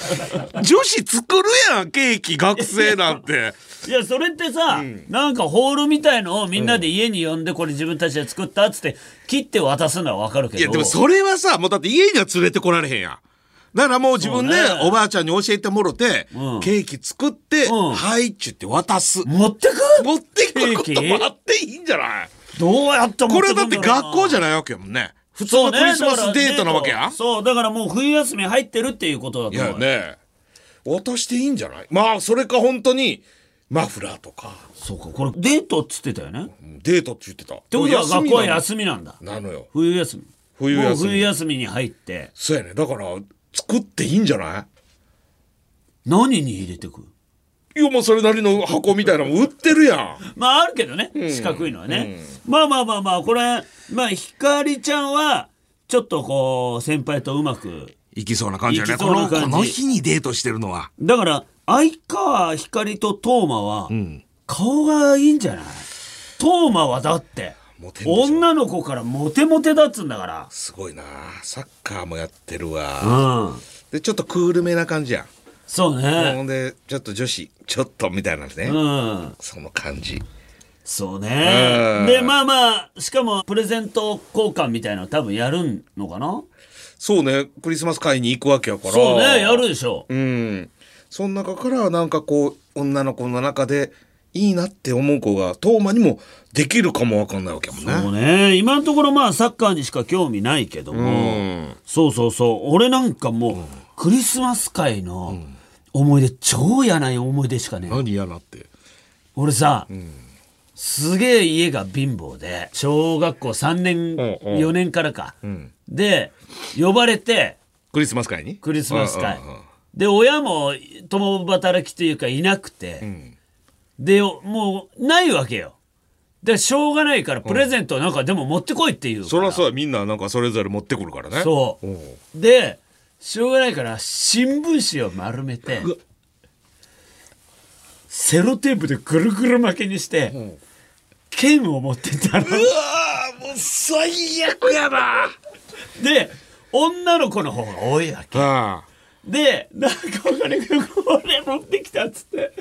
Speaker 2: 女子作るやんケーキ学生な んて
Speaker 1: いやそれってさ、なんかホールみたいのをみんなで家に呼んでこれ自分たちで作ったっつって切って渡すのはわかるけど
Speaker 2: いやでもそれはさもうだって家には連れてこられへんやんだからもう自分で、
Speaker 1: そうね
Speaker 2: おばあちゃんに教えてもろて、
Speaker 1: うん
Speaker 2: ケーキ作って、
Speaker 1: うん
Speaker 2: はいっちゅって渡す、
Speaker 1: 持ってく
Speaker 2: 持ってくるこ
Speaker 1: ケ
Speaker 2: と
Speaker 1: ーキ
Speaker 2: もあっていいんじゃない
Speaker 1: どうやって持
Speaker 2: こ
Speaker 1: って
Speaker 2: れ
Speaker 1: く
Speaker 2: だ
Speaker 1: ん
Speaker 2: って
Speaker 1: ろうな
Speaker 2: 学校じゃないわけやもんね普通
Speaker 1: そうね
Speaker 2: のクリスマスデートなわけや
Speaker 1: だからデートそうだからもう冬休み入ってるっていうことだ
Speaker 2: い
Speaker 1: と思
Speaker 2: や
Speaker 1: う
Speaker 2: ね渡していいんじゃないまあそれか本当にマフラーとか
Speaker 1: そうかこれデートっつってたよねって
Speaker 2: うんデートって言ってたって
Speaker 1: ことは学校は休みなんだ
Speaker 2: なのよ
Speaker 1: 冬休み
Speaker 2: 冬休み
Speaker 1: もう冬休みに入って
Speaker 2: そうやねだから作っていいんじゃない
Speaker 1: 何に入れてく
Speaker 2: いやもうそれなりの箱みたいなのも売ってるやん。
Speaker 1: まああるけどね、四角いのはね、まあまあまあまあこれまあひかりちゃんはちょっとこう先輩とうまく
Speaker 11: いきそうな感じだね
Speaker 1: いき
Speaker 11: こ
Speaker 1: そう
Speaker 11: の
Speaker 1: な
Speaker 11: こ
Speaker 1: 感じ
Speaker 11: の日にデートしてるのは
Speaker 1: だから相川ひかりとトーマは顔がいいんじゃない、トーマはだって女の子からモテモテだっつうんだから
Speaker 2: すごいなサッカーもやってるわ。でちょっとクールめな感じやん。
Speaker 1: そうね
Speaker 2: ほんでちょっと女子ちょっとみたいなね。
Speaker 1: うん
Speaker 2: その感じ。
Speaker 1: そうねでまあまあしかもプレゼント交換みたいなの多分やるのかな
Speaker 2: そうねクリスマス会に行くわけやから。
Speaker 1: そうねやるでしょ
Speaker 2: うん。その中からなんかこう女の子の中でいいなって思う子がトーマにもできるかもわかんないわけやもんね。
Speaker 1: そうね今のところまあサッカーにしか興味ないけども、そうそうそう俺なんかもう、クリスマス会の思い出超嫌な思い出しかね
Speaker 2: 何嫌なって
Speaker 1: 俺さ、すげえ家が貧乏で小学校3年、
Speaker 2: うんうん
Speaker 1: 4年からか、で呼ばれて
Speaker 2: クリスマス会に
Speaker 1: クリスマス会
Speaker 2: うんうんうん
Speaker 1: で親も共働きというかいなくて、でもうないわけよでしょうがないからプレゼントなんかでも持ってこいっていう
Speaker 2: そりゃそうやみんななんかそれぞれ持ってくるからね
Speaker 1: そう
Speaker 2: お
Speaker 1: でしょうがないから新聞紙を丸めてセロテープでぐるぐる巻きにして、剣を持ってったの
Speaker 2: もう最悪やな
Speaker 1: で女の子の方が多いわけ
Speaker 2: あ
Speaker 1: でなんかわかんないけどこれ持ってきたっつって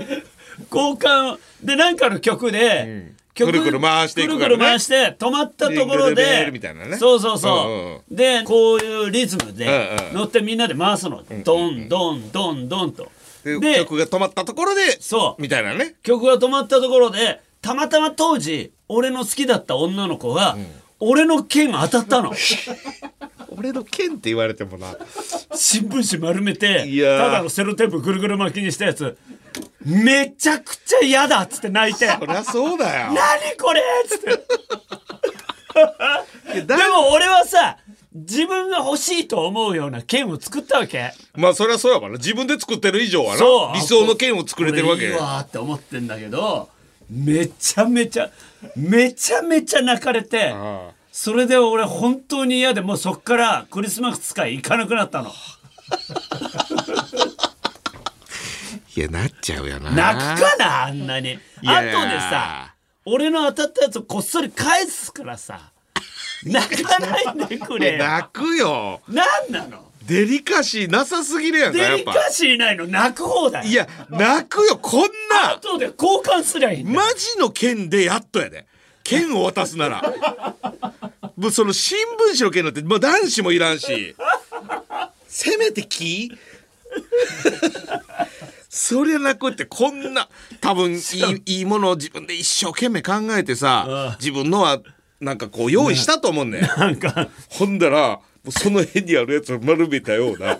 Speaker 1: 交換でなんかの曲で、曲
Speaker 2: くるくる回していくか
Speaker 1: くる
Speaker 2: らね
Speaker 1: くる回して止まったところ
Speaker 2: ジングルベ
Speaker 1: で
Speaker 2: ルみたいなね
Speaker 1: そうそうそう,、
Speaker 2: うんうんう
Speaker 1: でこういうリズムで
Speaker 2: うんうん
Speaker 1: 乗ってみんなで回すの、ドンドンドンドンと
Speaker 2: で
Speaker 1: で
Speaker 2: 曲が止まったところで
Speaker 1: そう
Speaker 2: みたいなね
Speaker 1: 曲が止まったところでたまたま当時俺の好きだった女の子が、俺の剣当たったの
Speaker 2: 俺の剣って言われてもな
Speaker 1: 新聞紙丸めて
Speaker 2: いやー
Speaker 1: ただのセロテープぐるぐる巻きにしたやつめちゃくちゃ嫌だっつって泣いて
Speaker 2: そりゃそうだよ
Speaker 1: 何これっつってでも俺はさ自分が欲しいと思うような剣を作ったわけ
Speaker 2: まあそりゃそうやわな自分で作ってる以上は
Speaker 1: そう
Speaker 2: な理想の剣を作れてるわけ
Speaker 1: こいいわーって思ってんだけどめちゃめちゃめちゃめちゃ泣かれてそれで俺本当に嫌でもうそっからクリスマス会行かなくなったの
Speaker 11: いやなっちゃうやな
Speaker 1: 泣くかなあんなに
Speaker 11: いや
Speaker 1: 後
Speaker 11: い
Speaker 1: で
Speaker 11: や
Speaker 1: さ俺の当たったやつをこっそり返すか らさ泣かないでくれ
Speaker 11: い
Speaker 1: よ
Speaker 11: や泣くよ
Speaker 1: なんなの
Speaker 11: デリカシーなさすぎるやんかや
Speaker 1: デ
Speaker 11: っ
Speaker 1: リ
Speaker 11: ぱ
Speaker 1: カシーないの泣く方だよ
Speaker 11: いや泣くよこんな
Speaker 1: 後で交換すりゃいいんだよ
Speaker 11: マジの剣でやっとやで剣を渡すならもうその新聞紙の剣なんて、まあ、男子もいらんしせめて木そりゃなくってこんな多分いいいいものを自分で一生懸命考えてさ自分のはなんかこう用意したと思うんね
Speaker 1: なんか
Speaker 11: ほんだらもうその辺にあるやつを丸めたような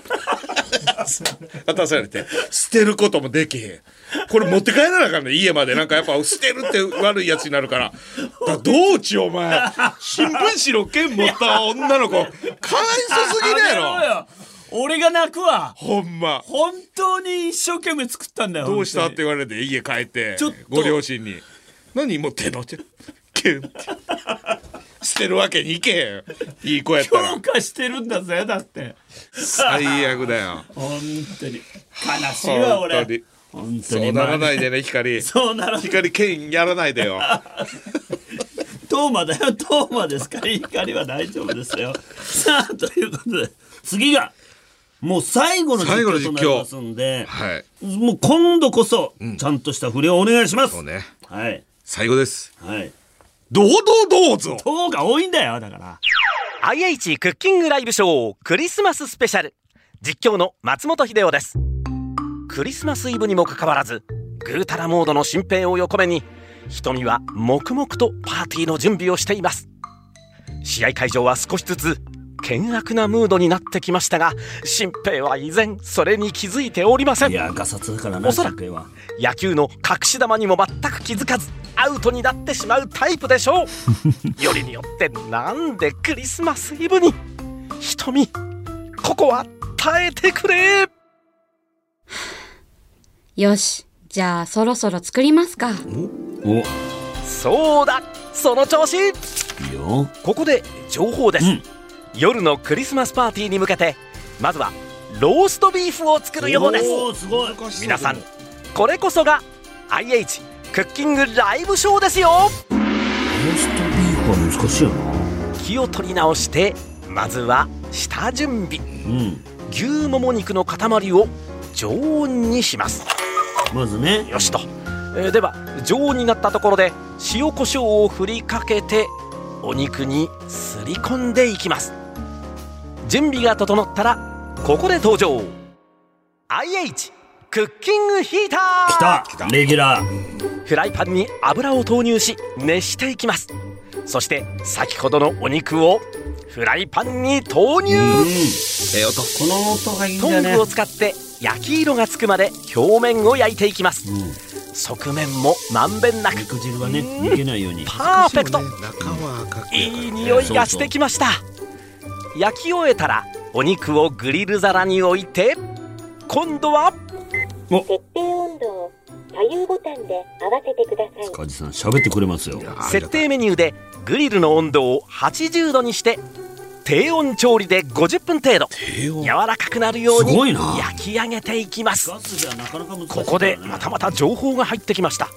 Speaker 11: 渡されて捨てることもできへんこれ持って帰らなあかんね家までなんかやっぱ捨てるって悪いやつになるからだどうちお前新聞紙の剣持った女の子かわいそすぎるや
Speaker 1: やめ
Speaker 11: ろ
Speaker 1: よ俺が泣くわ
Speaker 11: ほんま
Speaker 1: 本当に一生懸命作ったんだよ
Speaker 11: どうしたって言
Speaker 1: 本
Speaker 11: われて家帰って
Speaker 1: ちょっと
Speaker 11: ご両親に何もう手の手剣って捨てるわけにいけへんいい子やった
Speaker 1: 当に
Speaker 11: ら
Speaker 1: 強化してるんだぜだって
Speaker 11: 最悪だよ
Speaker 1: 本当に悲しいわ俺
Speaker 11: 本当に
Speaker 1: 本当
Speaker 11: そう
Speaker 1: に
Speaker 11: ならない
Speaker 1: い
Speaker 11: でね 光
Speaker 1: そうならない
Speaker 11: 光剣やらないでよ
Speaker 1: トーマだよトーマですから怒りは大丈夫ですよ さあということで次がもう最後の実
Speaker 11: 最後の
Speaker 1: 況
Speaker 11: 実況
Speaker 1: となりますんで、
Speaker 11: はい
Speaker 1: もう今度こそちゃんとした振りをお願いします、
Speaker 11: そうね
Speaker 1: はい
Speaker 11: 最後です
Speaker 1: はい
Speaker 11: 堂々どうぞ
Speaker 1: トーが多いんだよだから
Speaker 6: IH クッキングライブショークリスマススペシャル実況の松本秀夫ですクリスマスイブにもかかわらずぐうたらモードの新兵を横目に瞳は黙々とパーティーの準備をしています試合会場は少しずつ険悪なムードになってきましたが新兵は依然それに気づいておりません
Speaker 1: いやガサツだからな
Speaker 6: おそらく
Speaker 1: 新兵は
Speaker 6: 野球の隠し球にも全く気づかずアウトになってしまうタイプでしょうよりによってなんでクリスマスイブに瞳ここは耐えてくれ
Speaker 7: よしじゃあそろそろ作りますか
Speaker 1: お
Speaker 6: そうだその調子ここで情報です、夜のクリスマスパーティーに向けてまずはローストビーフを作る予報です
Speaker 1: おーすごい
Speaker 6: 皆さんこれこそが IH クッキングライブショーですよ
Speaker 1: 難しいよ
Speaker 6: 気を取り直してまずは下準備、牛もも肉の塊を常温にします
Speaker 1: まずね
Speaker 6: よしと、えーでは常温になったところで塩コショウを振りかけてお肉にすり込んでいきます準備が整ったらここで登場 IH クッキングヒーター
Speaker 1: きたレギュラー
Speaker 6: フライパンに油を投入し熱していきますそして先ほどのお肉をフライパンに投入、
Speaker 1: ええ音この音がいいんだ
Speaker 6: ト
Speaker 1: よ
Speaker 6: ン
Speaker 1: ね
Speaker 6: グを使って焼き色がつくまで表面を焼いていきます、
Speaker 1: ん
Speaker 6: 側面もまんべんなく
Speaker 1: 肉汁がね逃げないように
Speaker 6: パーフェクト、
Speaker 2: 中は赤く
Speaker 6: いい匂いがしてきました焼き終えたらお肉をグリル皿に置いて今度は
Speaker 1: お
Speaker 12: 定温度を左右ボタンで合わせてください
Speaker 1: カジさん喋ってくれますよ
Speaker 6: 設定メニューでグリルの温度を80度にして低温調理で50分程度柔らかくなるよう
Speaker 1: すご
Speaker 6: に
Speaker 1: いな
Speaker 6: 焼き上げていきます
Speaker 1: ガスじゃなかなか難しいからね
Speaker 6: ここでまたまた情報が入ってきました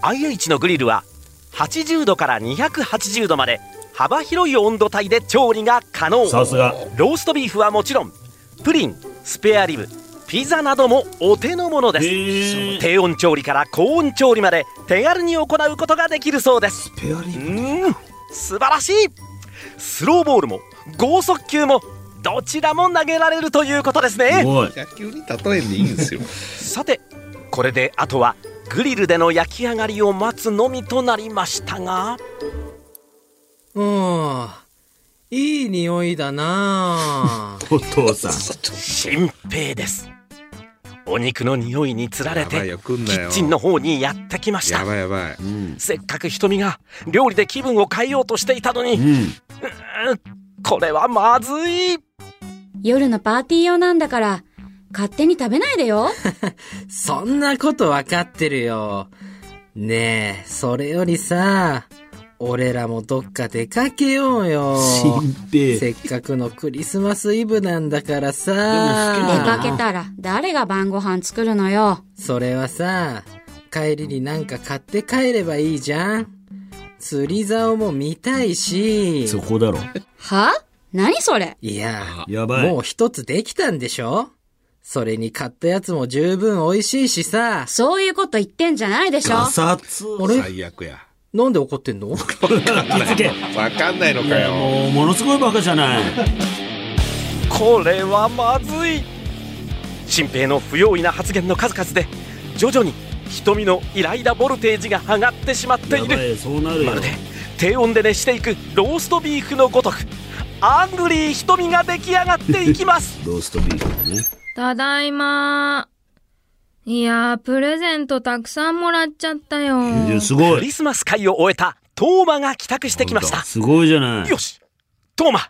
Speaker 6: IH のグリルは80度から280度まで幅広い温度帯で調理が可能
Speaker 1: さすが
Speaker 6: ローストビーフはもちろんプリンスペアリブピザなどもお手の物です低温調理から高温調理まで手軽に行うことができるそうですうん素晴らしいスローボールも剛速球もどちらも投げられるということですね
Speaker 11: 野球に例えんでいいんです よ
Speaker 6: さてこれであとはグリルでの焼き上がりを待つのみとなりましたが
Speaker 8: うん。いい匂いだな
Speaker 1: お父さん
Speaker 6: 新兵ですお肉の匂いにつられて
Speaker 11: やばいよ来んな
Speaker 6: キ
Speaker 11: よ
Speaker 6: ッチンの方にやってきました
Speaker 11: やばいやばい、
Speaker 6: せっかく瞳が料理で気分を変えようとしていたのに、うーんこれはまずい
Speaker 7: 夜のパーティー用なんだから勝手に食べないでよ
Speaker 8: そんなことわかってるよ。ねえ、それよりさ、俺らもどっか出かけようよ。せっかくのクリスマスイブなんだからさ。
Speaker 7: 出かけたら誰が晩ご飯作るのよ
Speaker 8: それはさ、帰りになんか買って帰ればいいじゃん。釣り竿も見たいし。
Speaker 1: そこだろ
Speaker 7: は何それ
Speaker 8: いや、
Speaker 1: やばい
Speaker 8: もう一つできたんでしょそれに買ったやつも十分美味しいしさ。
Speaker 7: そういうこと言ってんじゃないでしょ
Speaker 1: ツ
Speaker 8: あれ
Speaker 11: 最悪や
Speaker 8: なんで怒ってんの
Speaker 11: わかんないのかよ
Speaker 1: もうものすごいバカじゃない
Speaker 6: これはまずい新兵の不用意な発言の数々で徐々に瞳のイライラボルテージが上がってしまっている
Speaker 1: そうなるよ
Speaker 6: まるで低温で熱していくローストビーフのごとくアングリー瞳が出来上がっていきます
Speaker 1: ローストビーフだね
Speaker 13: ただいまー。いやー、プレゼントたくさんもらっちゃったよ。
Speaker 1: すごい
Speaker 6: クリスマス会を終えたトーマが帰宅してきました
Speaker 1: すごいじゃない
Speaker 6: よしトーマ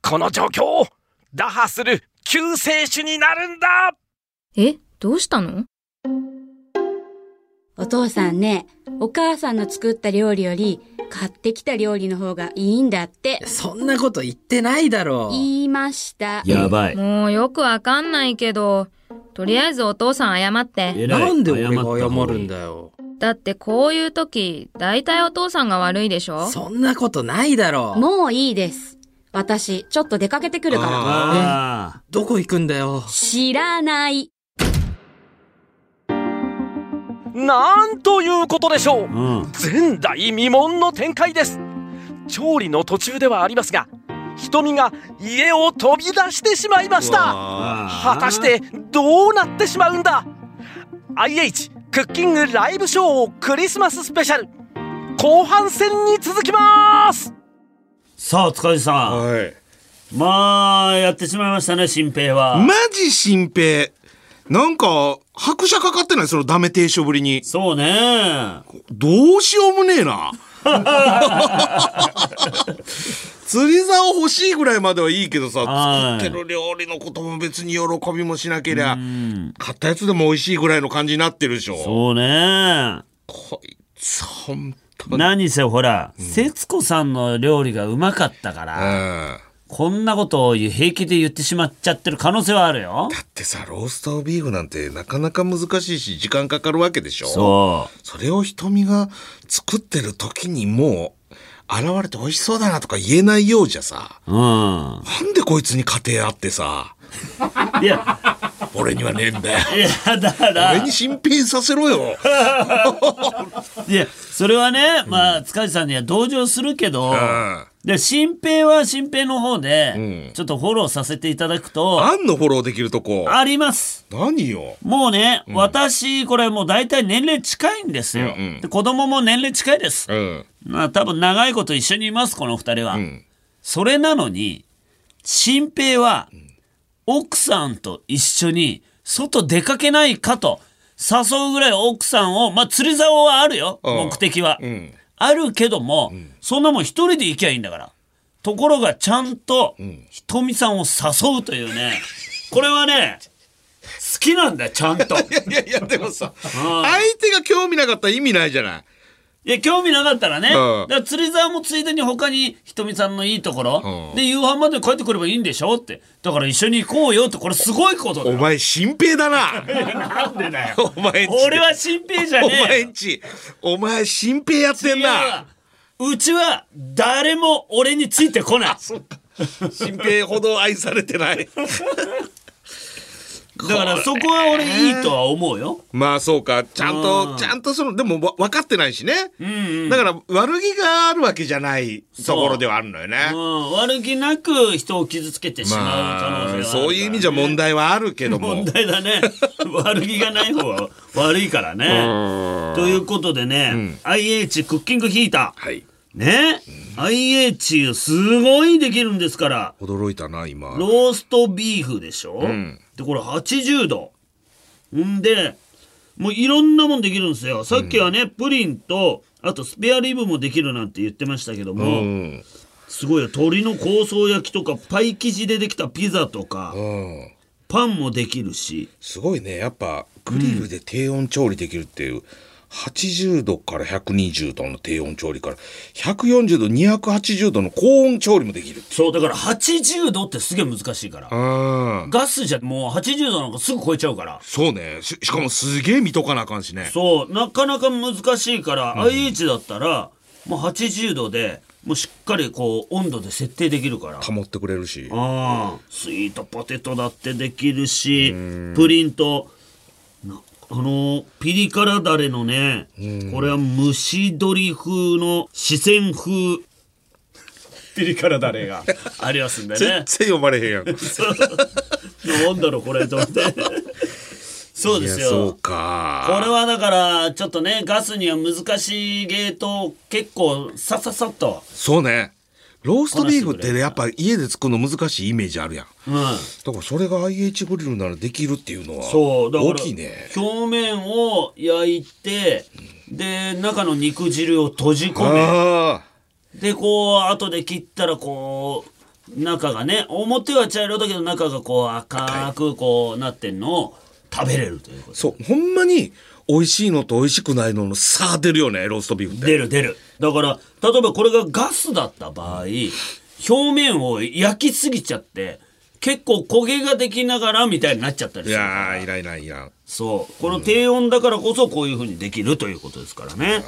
Speaker 6: この状況を打破する救世主になるんだ
Speaker 13: え、どうしたの
Speaker 7: お父さんね、お母さんの作った料理より、買ってきた料理の方がいいんだって。
Speaker 8: そんなこと言ってないだろう。
Speaker 7: 言いました。
Speaker 1: やばい
Speaker 13: もうよくわかんないけど、とりあえずお父さん謝って。
Speaker 1: 偉い
Speaker 8: なんで俺が謝るんだよ。
Speaker 13: だってこういう時、大体お父さんが悪いでしょ
Speaker 8: そんなことないだろう。
Speaker 7: もういいです。私、ちょっと出かけてくるから。
Speaker 1: あ
Speaker 8: どこ行くんだよ。
Speaker 7: 知らない。
Speaker 6: なんということでしょ
Speaker 1: う
Speaker 6: う、
Speaker 1: ん
Speaker 6: 前代未聞の展開です調理の途中ではありますが瞳が家を飛び出してしまいました
Speaker 1: あ
Speaker 6: 果たしてどうなってしまうんだ IH クッキングライブショークリスマススペシャル後半戦に続きます
Speaker 1: さあ塚地さん
Speaker 11: はい
Speaker 1: まあやってしまいましたね新平は
Speaker 2: マジ新平なんか拍車かかってないそのダメ停止ぶりに
Speaker 1: そうね
Speaker 2: どうしようもねえな釣り竿欲しいぐらいまではいいけどさ、作ってる料理のことも別に喜びもしなけりゃ、買ったやつでも美味しいぐらいの感じになってるでしょ。
Speaker 1: そうね。
Speaker 2: こいつ、ほん
Speaker 1: 何せほら、節子さんの料理がうまかったから、こんなことを平気で言ってしまっちゃってる可能性はあるよ。
Speaker 2: だってさ、ローストビーフなんてなかなか難しいし、時間かかるわけでしょ。。
Speaker 1: そう
Speaker 2: それを瞳が作ってる時にもう、現れて美味しそうだなとか言えないようじゃさ。
Speaker 1: うん。な
Speaker 2: なんでこいつに家庭あってさ。
Speaker 1: いや、
Speaker 2: 俺にはねえん だよ。
Speaker 1: いや、だから。
Speaker 2: 俺に新品させろよ。
Speaker 1: いや、それはね、まあ、塚地さんには同情するけど、で、新平は新平の方で、ちょっとフォローさせていただくと、
Speaker 2: あんのフォローできるとこ。
Speaker 1: あります。
Speaker 2: 何よ。
Speaker 1: もうね、私、これもう大体年齢近いんですよ。で子供も年齢近いです。まあ、多分長いこと一緒にいます、この二人は。それなのに、新平は、奥さんと一緒に外出かけないかと誘うぐらい奥さんを、まあ、釣り竿はあるよ、
Speaker 2: うん
Speaker 1: 目的は。あるけども、そんなもん一人で行きゃいいんだから。ところが、ちゃんと、ひとみさんを誘うというね、これはね、好きなんだよ、ちゃん と。
Speaker 2: いやいや、でもさ、相手が興味なかったら意味ないじゃない。
Speaker 1: いや、興味なかったらね、
Speaker 2: うん
Speaker 1: だから釣り竿もついでに他にひとみさんのいいところ、で、夕飯まで帰ってくればいいんでしょって。だから一緒に行こうよって、これすごいことだ
Speaker 2: お
Speaker 1: よ。
Speaker 2: 前、新兵だな。
Speaker 1: なんでだよ。
Speaker 2: お前んち。
Speaker 1: 俺は新兵じゃねえよ
Speaker 2: お前んち。お前、新兵やってんな。
Speaker 1: うちは誰も俺についてこない。
Speaker 2: 新兵ほど愛されてない。
Speaker 1: だからそこは俺いいとは思うよ。
Speaker 2: まあそうか。ちゃん
Speaker 1: う
Speaker 2: と
Speaker 1: ん、
Speaker 2: ちゃんとその、でもわ分かってないしね。だから悪気があるわけじゃないところではあるのよね。
Speaker 1: うん、悪気なく人を傷つけてしまう可能性はある、
Speaker 2: まあ、そういう意味じゃ問題はあるけども。
Speaker 1: 問題だ ね悪気がない方は悪いからねということでね、IH クッキングヒーター、ね、IH すごいできるんですから
Speaker 2: 驚いたな、今。
Speaker 1: ローストビーフでしょ、
Speaker 2: うん
Speaker 1: でこれ80度んでもういろんなもんできるんですよさっきはね、プリンとあとスペアリブもできるなんて言ってましたけど
Speaker 2: う
Speaker 1: も、
Speaker 2: ん。
Speaker 1: すごいよ鶏の香草焼きとかパイ生地でできたピザとか、
Speaker 2: うん。
Speaker 1: パンもできるし
Speaker 2: すごいね。やっぱ、グリルで低温調理できるっていう。80度から120度の低温調理から140度280度の高温調理もできる
Speaker 1: そうだから80度ってすげえ難しいから、
Speaker 2: うん
Speaker 1: ガスじゃもう80度なんかすぐ超えちゃうから
Speaker 2: そうねししかもすげえ見とかなあかんしね
Speaker 1: そうなかなか難しいから、IH だったらもう80度でもうしっかりこう温度で設定できるから
Speaker 2: 保ってくれるし
Speaker 1: ああスイートポテトだってできるしプリンとなあのーピリ辛だれのねこれは蒸し鶏風の四川風 ピリ辛だれが ありますんで
Speaker 2: 全
Speaker 1: ね
Speaker 2: 然読まれ へんやん
Speaker 1: なんだろうこれと思 ってそうですよ
Speaker 2: いやそう
Speaker 1: こ
Speaker 2: か
Speaker 1: れはだからちょっとねガスには難しいゲートを結構さささっと
Speaker 2: そうねローストビーフってやっぱ家で作るの難しいイメージあるやん
Speaker 1: うん
Speaker 2: だからそれが IH グリルならできるっていうのは
Speaker 1: そうだから
Speaker 2: 大きいね
Speaker 1: 表面を焼いてで中の肉汁を閉じ込め
Speaker 2: あ
Speaker 1: でこう後で切ったらこう中がね表は茶色だけど中がこう赤くこうなってんのを食べれるというこ
Speaker 2: あそうほんまに美味しいのと美味しくないのの差出るよねローストビーフって
Speaker 1: と出る出るだから例えばこれがガスだった場合表面を焼きすぎちゃって結構焦げができながらみたいになっちゃったり
Speaker 2: い
Speaker 1: するから
Speaker 2: やーいらんいらんいらん
Speaker 1: そうこの低温だからこそこういうふうにできるということですからね。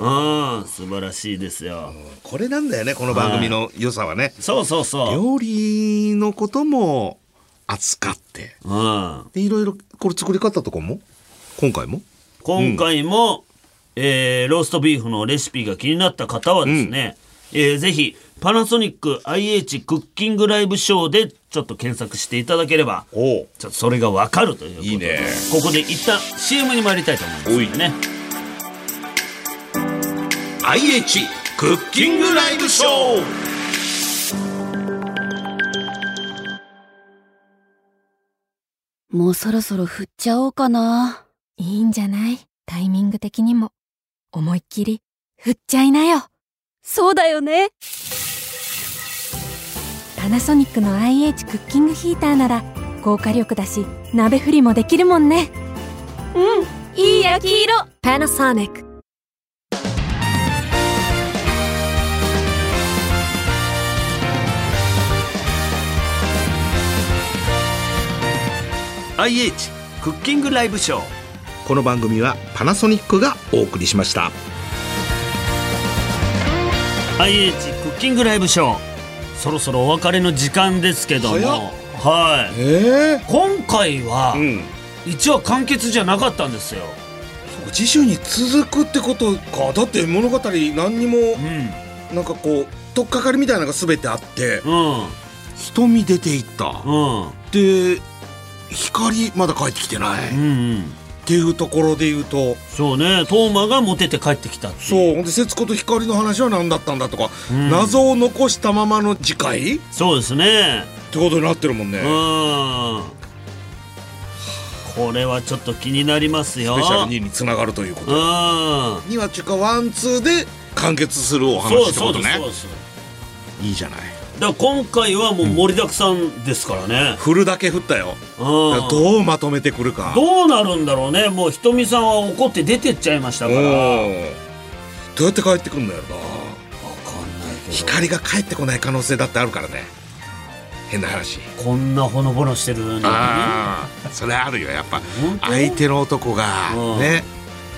Speaker 1: うん素晴らしいですよ。
Speaker 2: これなんだよねこの番組の良さはね、
Speaker 1: そうそうそう。
Speaker 2: 料理のことも扱って
Speaker 1: うん、
Speaker 2: でいろいろこれ作り方とかも今回も
Speaker 1: 今回も、えーローストビーフのレシピが気になった方はですね、えーぜひパナソニック IH クッキングライブショーでちょっと検索していただければ
Speaker 2: おう
Speaker 1: ちょっとそれがわかるということで
Speaker 2: いいね
Speaker 1: ここで一旦 CM に参りたいと思いますのでね。
Speaker 2: IH クッキングライブショー
Speaker 4: もうそろそろ振っちゃおうかな。
Speaker 5: いいんじゃないタイミング的にも。思いっきり振っちゃいなよ。そうだよね。パナソニックの IH クッキングヒーターなら高火力だし鍋振りもできるもんね。うん、いい焼き色。パナソニック。
Speaker 14: IH クッキングライブショーこの番組はパナソニックがお送りしました
Speaker 1: IH クッキングライブショーそろそろお別れの時間ですけども
Speaker 11: 早っ
Speaker 1: はい、今回は、一話完結じゃなかったんですよ
Speaker 11: 次週に続くってことかだって物語何にも、なんかこう取っかかりみたいなのが全てあって、
Speaker 2: 瞳出ていった、で光まだ帰ってきてない、っていうところで言うと
Speaker 1: そうねトーマがモテて帰ってきたって
Speaker 2: そうほんで節子と光の話は何だったんだとか、謎を残したままの次回
Speaker 1: そうですね
Speaker 2: ってことになってるもんね、
Speaker 1: うんこれはちょっと気になりますよ
Speaker 2: スペシャル2につながるということ
Speaker 1: うん
Speaker 2: 2話中かワンツーで完結するお
Speaker 1: そ
Speaker 2: 話
Speaker 1: う
Speaker 2: って
Speaker 1: そ
Speaker 2: こ
Speaker 1: う
Speaker 2: と
Speaker 1: で
Speaker 2: ね
Speaker 1: すそうです
Speaker 2: いいじゃない
Speaker 1: だから今回はもう盛りだくさんですからね、
Speaker 2: 振るだけ振ったよだからどうまとめてくるか
Speaker 1: どうなるんだろうねもうひとみさんは怒って出てっちゃいましたから
Speaker 2: どうやって帰ってくるんだよな分かんないけど光が帰ってこない可能性だってあるからね変な話
Speaker 1: こんなほのぼのしてるのに
Speaker 2: ああそれあるよやっぱ相手の男がね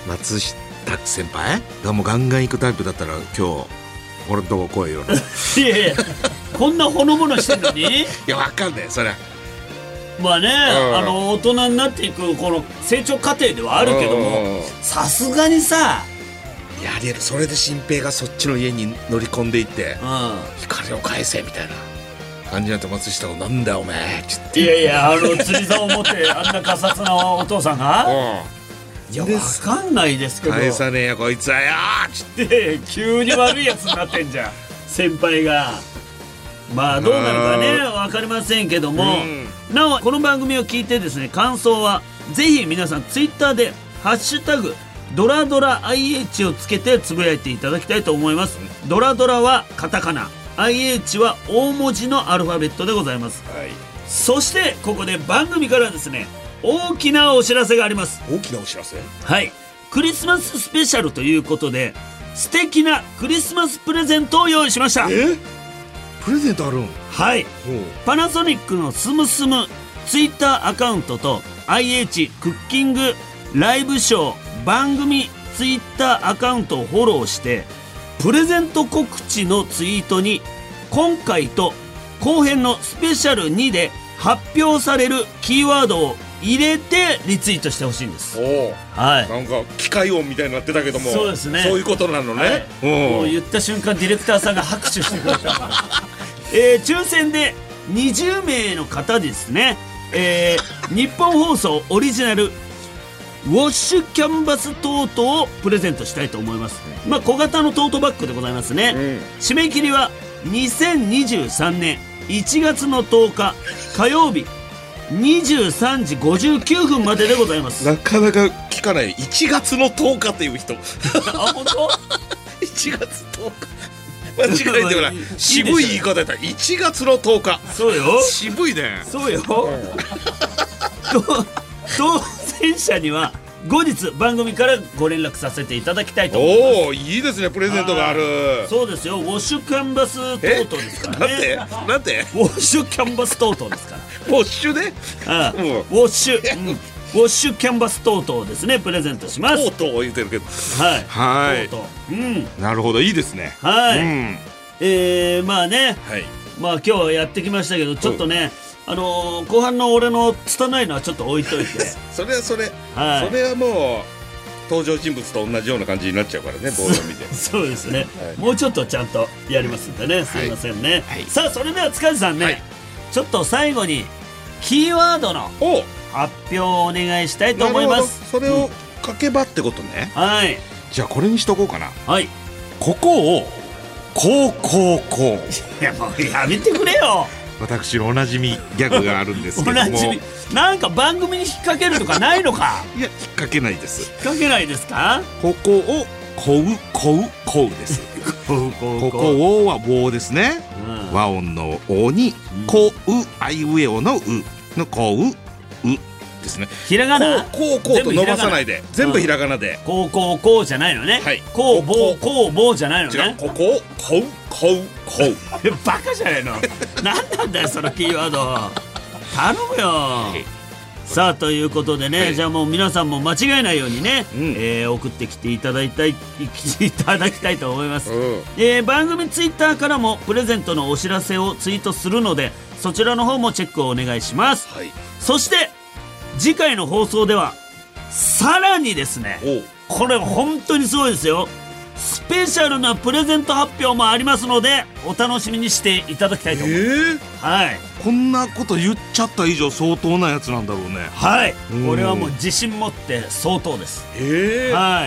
Speaker 2: 松下先輩がもうガンガン行くタイプだったら今日俺のとこ 来いよない
Speaker 1: いやいやこんなほのぼのしてるのに
Speaker 2: やわかんないそれ
Speaker 1: まあね、
Speaker 2: うん
Speaker 1: あの大人になっていくこの成長過程ではあるけどもさすがにさ
Speaker 2: やりえるそれで新平がそっちの家に乗り込んでいって光を返せみたいな感じになって松下が「なんだよお前」って言って
Speaker 1: いやいやあの釣り竿を持ってあんなガサツなお父さんがいやわかんないですけど
Speaker 2: 返さねえよこいつはよーっつって
Speaker 1: で急に悪いやつになってんじゃん先輩がまあどうなるかね
Speaker 2: うん
Speaker 1: 分かりませんけども、なおこの番組を聞いてですね感想はぜひ皆さんツイッターで「ハッシュタグドラドラ IH」をつけてつぶやいていただきたいと思いますドラドラはカタカナ IH は大文字のアルファベットでございます、そしてここで番組からですね大きなお知らせがあります
Speaker 2: 大きなお知らせ
Speaker 1: はいクリスマススペシャルということで素敵なクリスマスプレゼントを用意しました
Speaker 2: プレゼントあるん
Speaker 1: はいパナソニックのスムスムツイッターアカウントと IH クッキングライブショー番組ツイッターアカウントをフォローしてプレゼント告知のツイートに今回と後編のスペシャル2で発表されるキーワードを入れてリツイートしてほしいんですはい
Speaker 11: なんか機械音みたいになってたけども
Speaker 1: そうですね
Speaker 11: そういうことなのね、
Speaker 1: はいもう言った瞬間ディレクターさんが拍手してくれた、えー抽選で20名の方ですね、えー日本放送オリジナルウォッシュキャンバストートをプレゼントしたいと思います、まあ、小型のトートバッグでございますね、締め切りは2023年1月の10日火曜日23時59分まででございます
Speaker 11: なかなか聞かない1月の10日っていう人
Speaker 1: あ 本当
Speaker 11: 1月10日間違え てもない渋い言い方やった1月の10日
Speaker 1: そうよ
Speaker 11: 渋いね
Speaker 1: そうよ当選者には後日番組からご連絡させていただきたいと思います
Speaker 11: おおいいですねプレゼントがある
Speaker 1: はいそうですよウォッシュキャンバストートですからね
Speaker 11: なんて
Speaker 1: ウォッシュキャンバストートですから
Speaker 11: ウォッシュね
Speaker 1: ああウォッシュ、うんウォッシュキャンバストートをですねプレゼントします
Speaker 11: トートを言ってるけど
Speaker 1: はい
Speaker 11: はい
Speaker 1: トートうん
Speaker 11: なるほどいいですね
Speaker 1: はい、
Speaker 11: うん
Speaker 1: えー、まあね、
Speaker 11: はい
Speaker 1: まあ今日はやってきましたけどちょっとね、あのー後半の俺の拙いのはちょっと置い といて
Speaker 11: それはそれ、
Speaker 1: はい
Speaker 11: それはもう登場人物と同じような感じになっちゃうからねボールを見て
Speaker 1: そうですね、もうちょっとちゃんとやりますんでね、すいませんね、さあそれでは塚地さんね、ちょっと最後にキーワードの発表をお願いしたい と思います
Speaker 2: なるほどそれを書けばってことね、
Speaker 1: はい
Speaker 2: じゃあこれにしとこうかな
Speaker 1: はい
Speaker 2: ここをこうこうこう
Speaker 1: いやもうやめてくれ よ
Speaker 2: 私のおなじみギャグがあるんですけども
Speaker 1: おなじみなんか番 組に引っ掛けるとかないのか
Speaker 2: いや引っ掛けないです
Speaker 1: 引っ掛けないですか
Speaker 2: ここを
Speaker 14: こうこうこうです。
Speaker 1: ここ
Speaker 14: ここおはおですね。和音のおにこうあいうえおのうのこううですね。
Speaker 1: ひらがな
Speaker 2: こうこうと伸ばさないで全部ひらがなで、
Speaker 1: こうこうこうじゃないのね、こうぼうこうぼうじゃないのね
Speaker 2: こここうこうこう
Speaker 1: バカじゃない の何なんだよそのキーワード頼むよさあということでね、じゃあもう皆さんも間違えないようにね、えー送ってきていただいたいいただきたいと思います、えー番組ツイッターからもプレゼントのお知らせをツイートするのでそちらの方もチェックをお願いします、そして次回の放送ではさらにですねこれ本当にすごいですよスペシャルなプレゼント発表もありますのでお楽しみにしていただきたいと思います、はい
Speaker 14: こんなこと言っちゃった以上相当なやつなんだろうね。
Speaker 1: はい
Speaker 14: ん
Speaker 1: これはもう自信持って相当ですは
Speaker 2: え
Speaker 1: い
Speaker 2: あ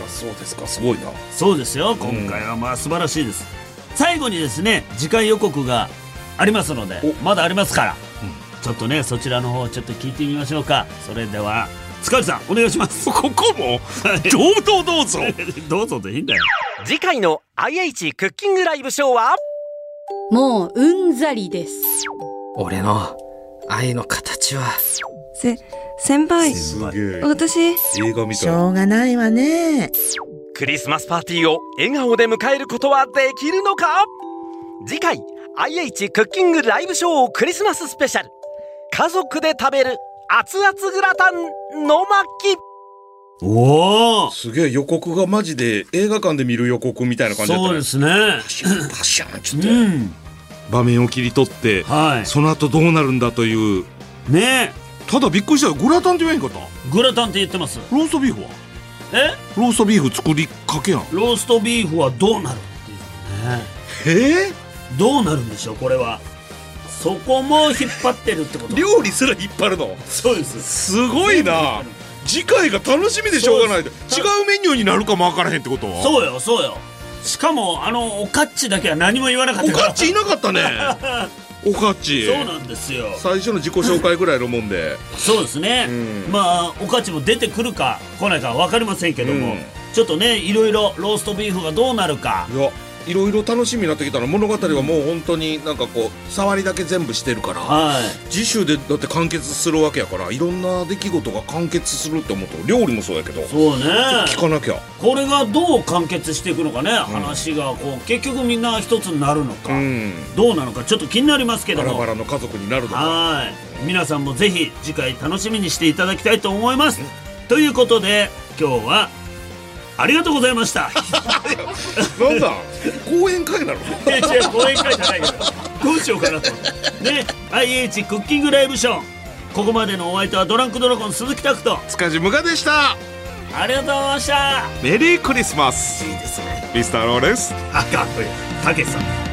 Speaker 2: らそうですかすごいな
Speaker 1: そうですよ今回はまあ素晴らしいです、最後にですね次回予告がありますのでまだありますから、ちょっとねそちらの方ちょっと聞いてみましょうかそれでは塚地さんお願いします
Speaker 14: ここも
Speaker 1: 堂
Speaker 14: 々どうぞ
Speaker 1: どうぞでいいんだよ
Speaker 6: 次回の IH クッキングライブショーは
Speaker 7: もううんざりです
Speaker 8: 俺の愛の形は
Speaker 9: せ、先輩。私、
Speaker 11: し
Speaker 9: ょうがないわね。
Speaker 6: クリスマスパーティーを笑顔で迎えることはできるのか次回 IH クッキングライブショークリスマススペシャル家族で食べる熱々グラタンの巻
Speaker 1: おお
Speaker 2: すげえ予告がマジで映画館で見る予告みたいな感じだった
Speaker 1: そうですね
Speaker 2: パシャンちょっと、
Speaker 1: うん、
Speaker 14: 場面を切り取って、
Speaker 1: はい
Speaker 14: その後どうなるんだという
Speaker 1: ね
Speaker 14: ただびっくりしたよグラタンって言えんかった
Speaker 1: グラタンって言ってます
Speaker 14: ローストビーフは
Speaker 1: え
Speaker 14: ローストビーフ作りかけやん
Speaker 1: ローストビーフはどうなるっていうねえどうなるんでしょうこれはそこも引っ張ってるってこと
Speaker 2: 料理すら引っ張るの
Speaker 1: そうです
Speaker 2: すごいな次回が楽しみでしょうがない違うメニューになるかもわからへんってこと
Speaker 1: そうよそうよしかもあのおかっちだけは何も言わなかった
Speaker 2: おかっちいな かったねおかっち
Speaker 1: そうなんですよ
Speaker 2: 最初の自己紹介ぐらいのもんで
Speaker 1: そうですね、まあおかちも出てくるか来ないかは分かりませんけども、
Speaker 2: うん
Speaker 1: ちょっとねいろいろローストビーフがどうなるか
Speaker 2: いやいろいろ楽しみになってきたら物語はもう本当になんかこう触りだけ全部してるから、次週でだって完結するわけやからいろんな出来事が完結するって思うと料理もそうやけど
Speaker 1: そうね
Speaker 2: ちょっと聞かなきゃ
Speaker 1: これがどう完結していくのかね、話がこう結局みんな一つになるのか、どうなのかちょっと気になりますけど
Speaker 2: バ
Speaker 1: も
Speaker 2: ラバラの家族になるのか
Speaker 1: はい皆さんもぜひ次回楽しみにしていただきたいと思います、ということで今日はありがとうございま した
Speaker 2: なんだ講演会なの
Speaker 1: 違う講演会じゃないけどどうしようかなと思ってね IH クッキングライブショーここまでのお相手はドランクドラゴン鈴木拓人
Speaker 14: 塚地無我でした
Speaker 1: ありがとうございました
Speaker 14: メリークリスマス
Speaker 1: いいですね
Speaker 14: ミスターローレンス
Speaker 1: あかっこいいたけしさん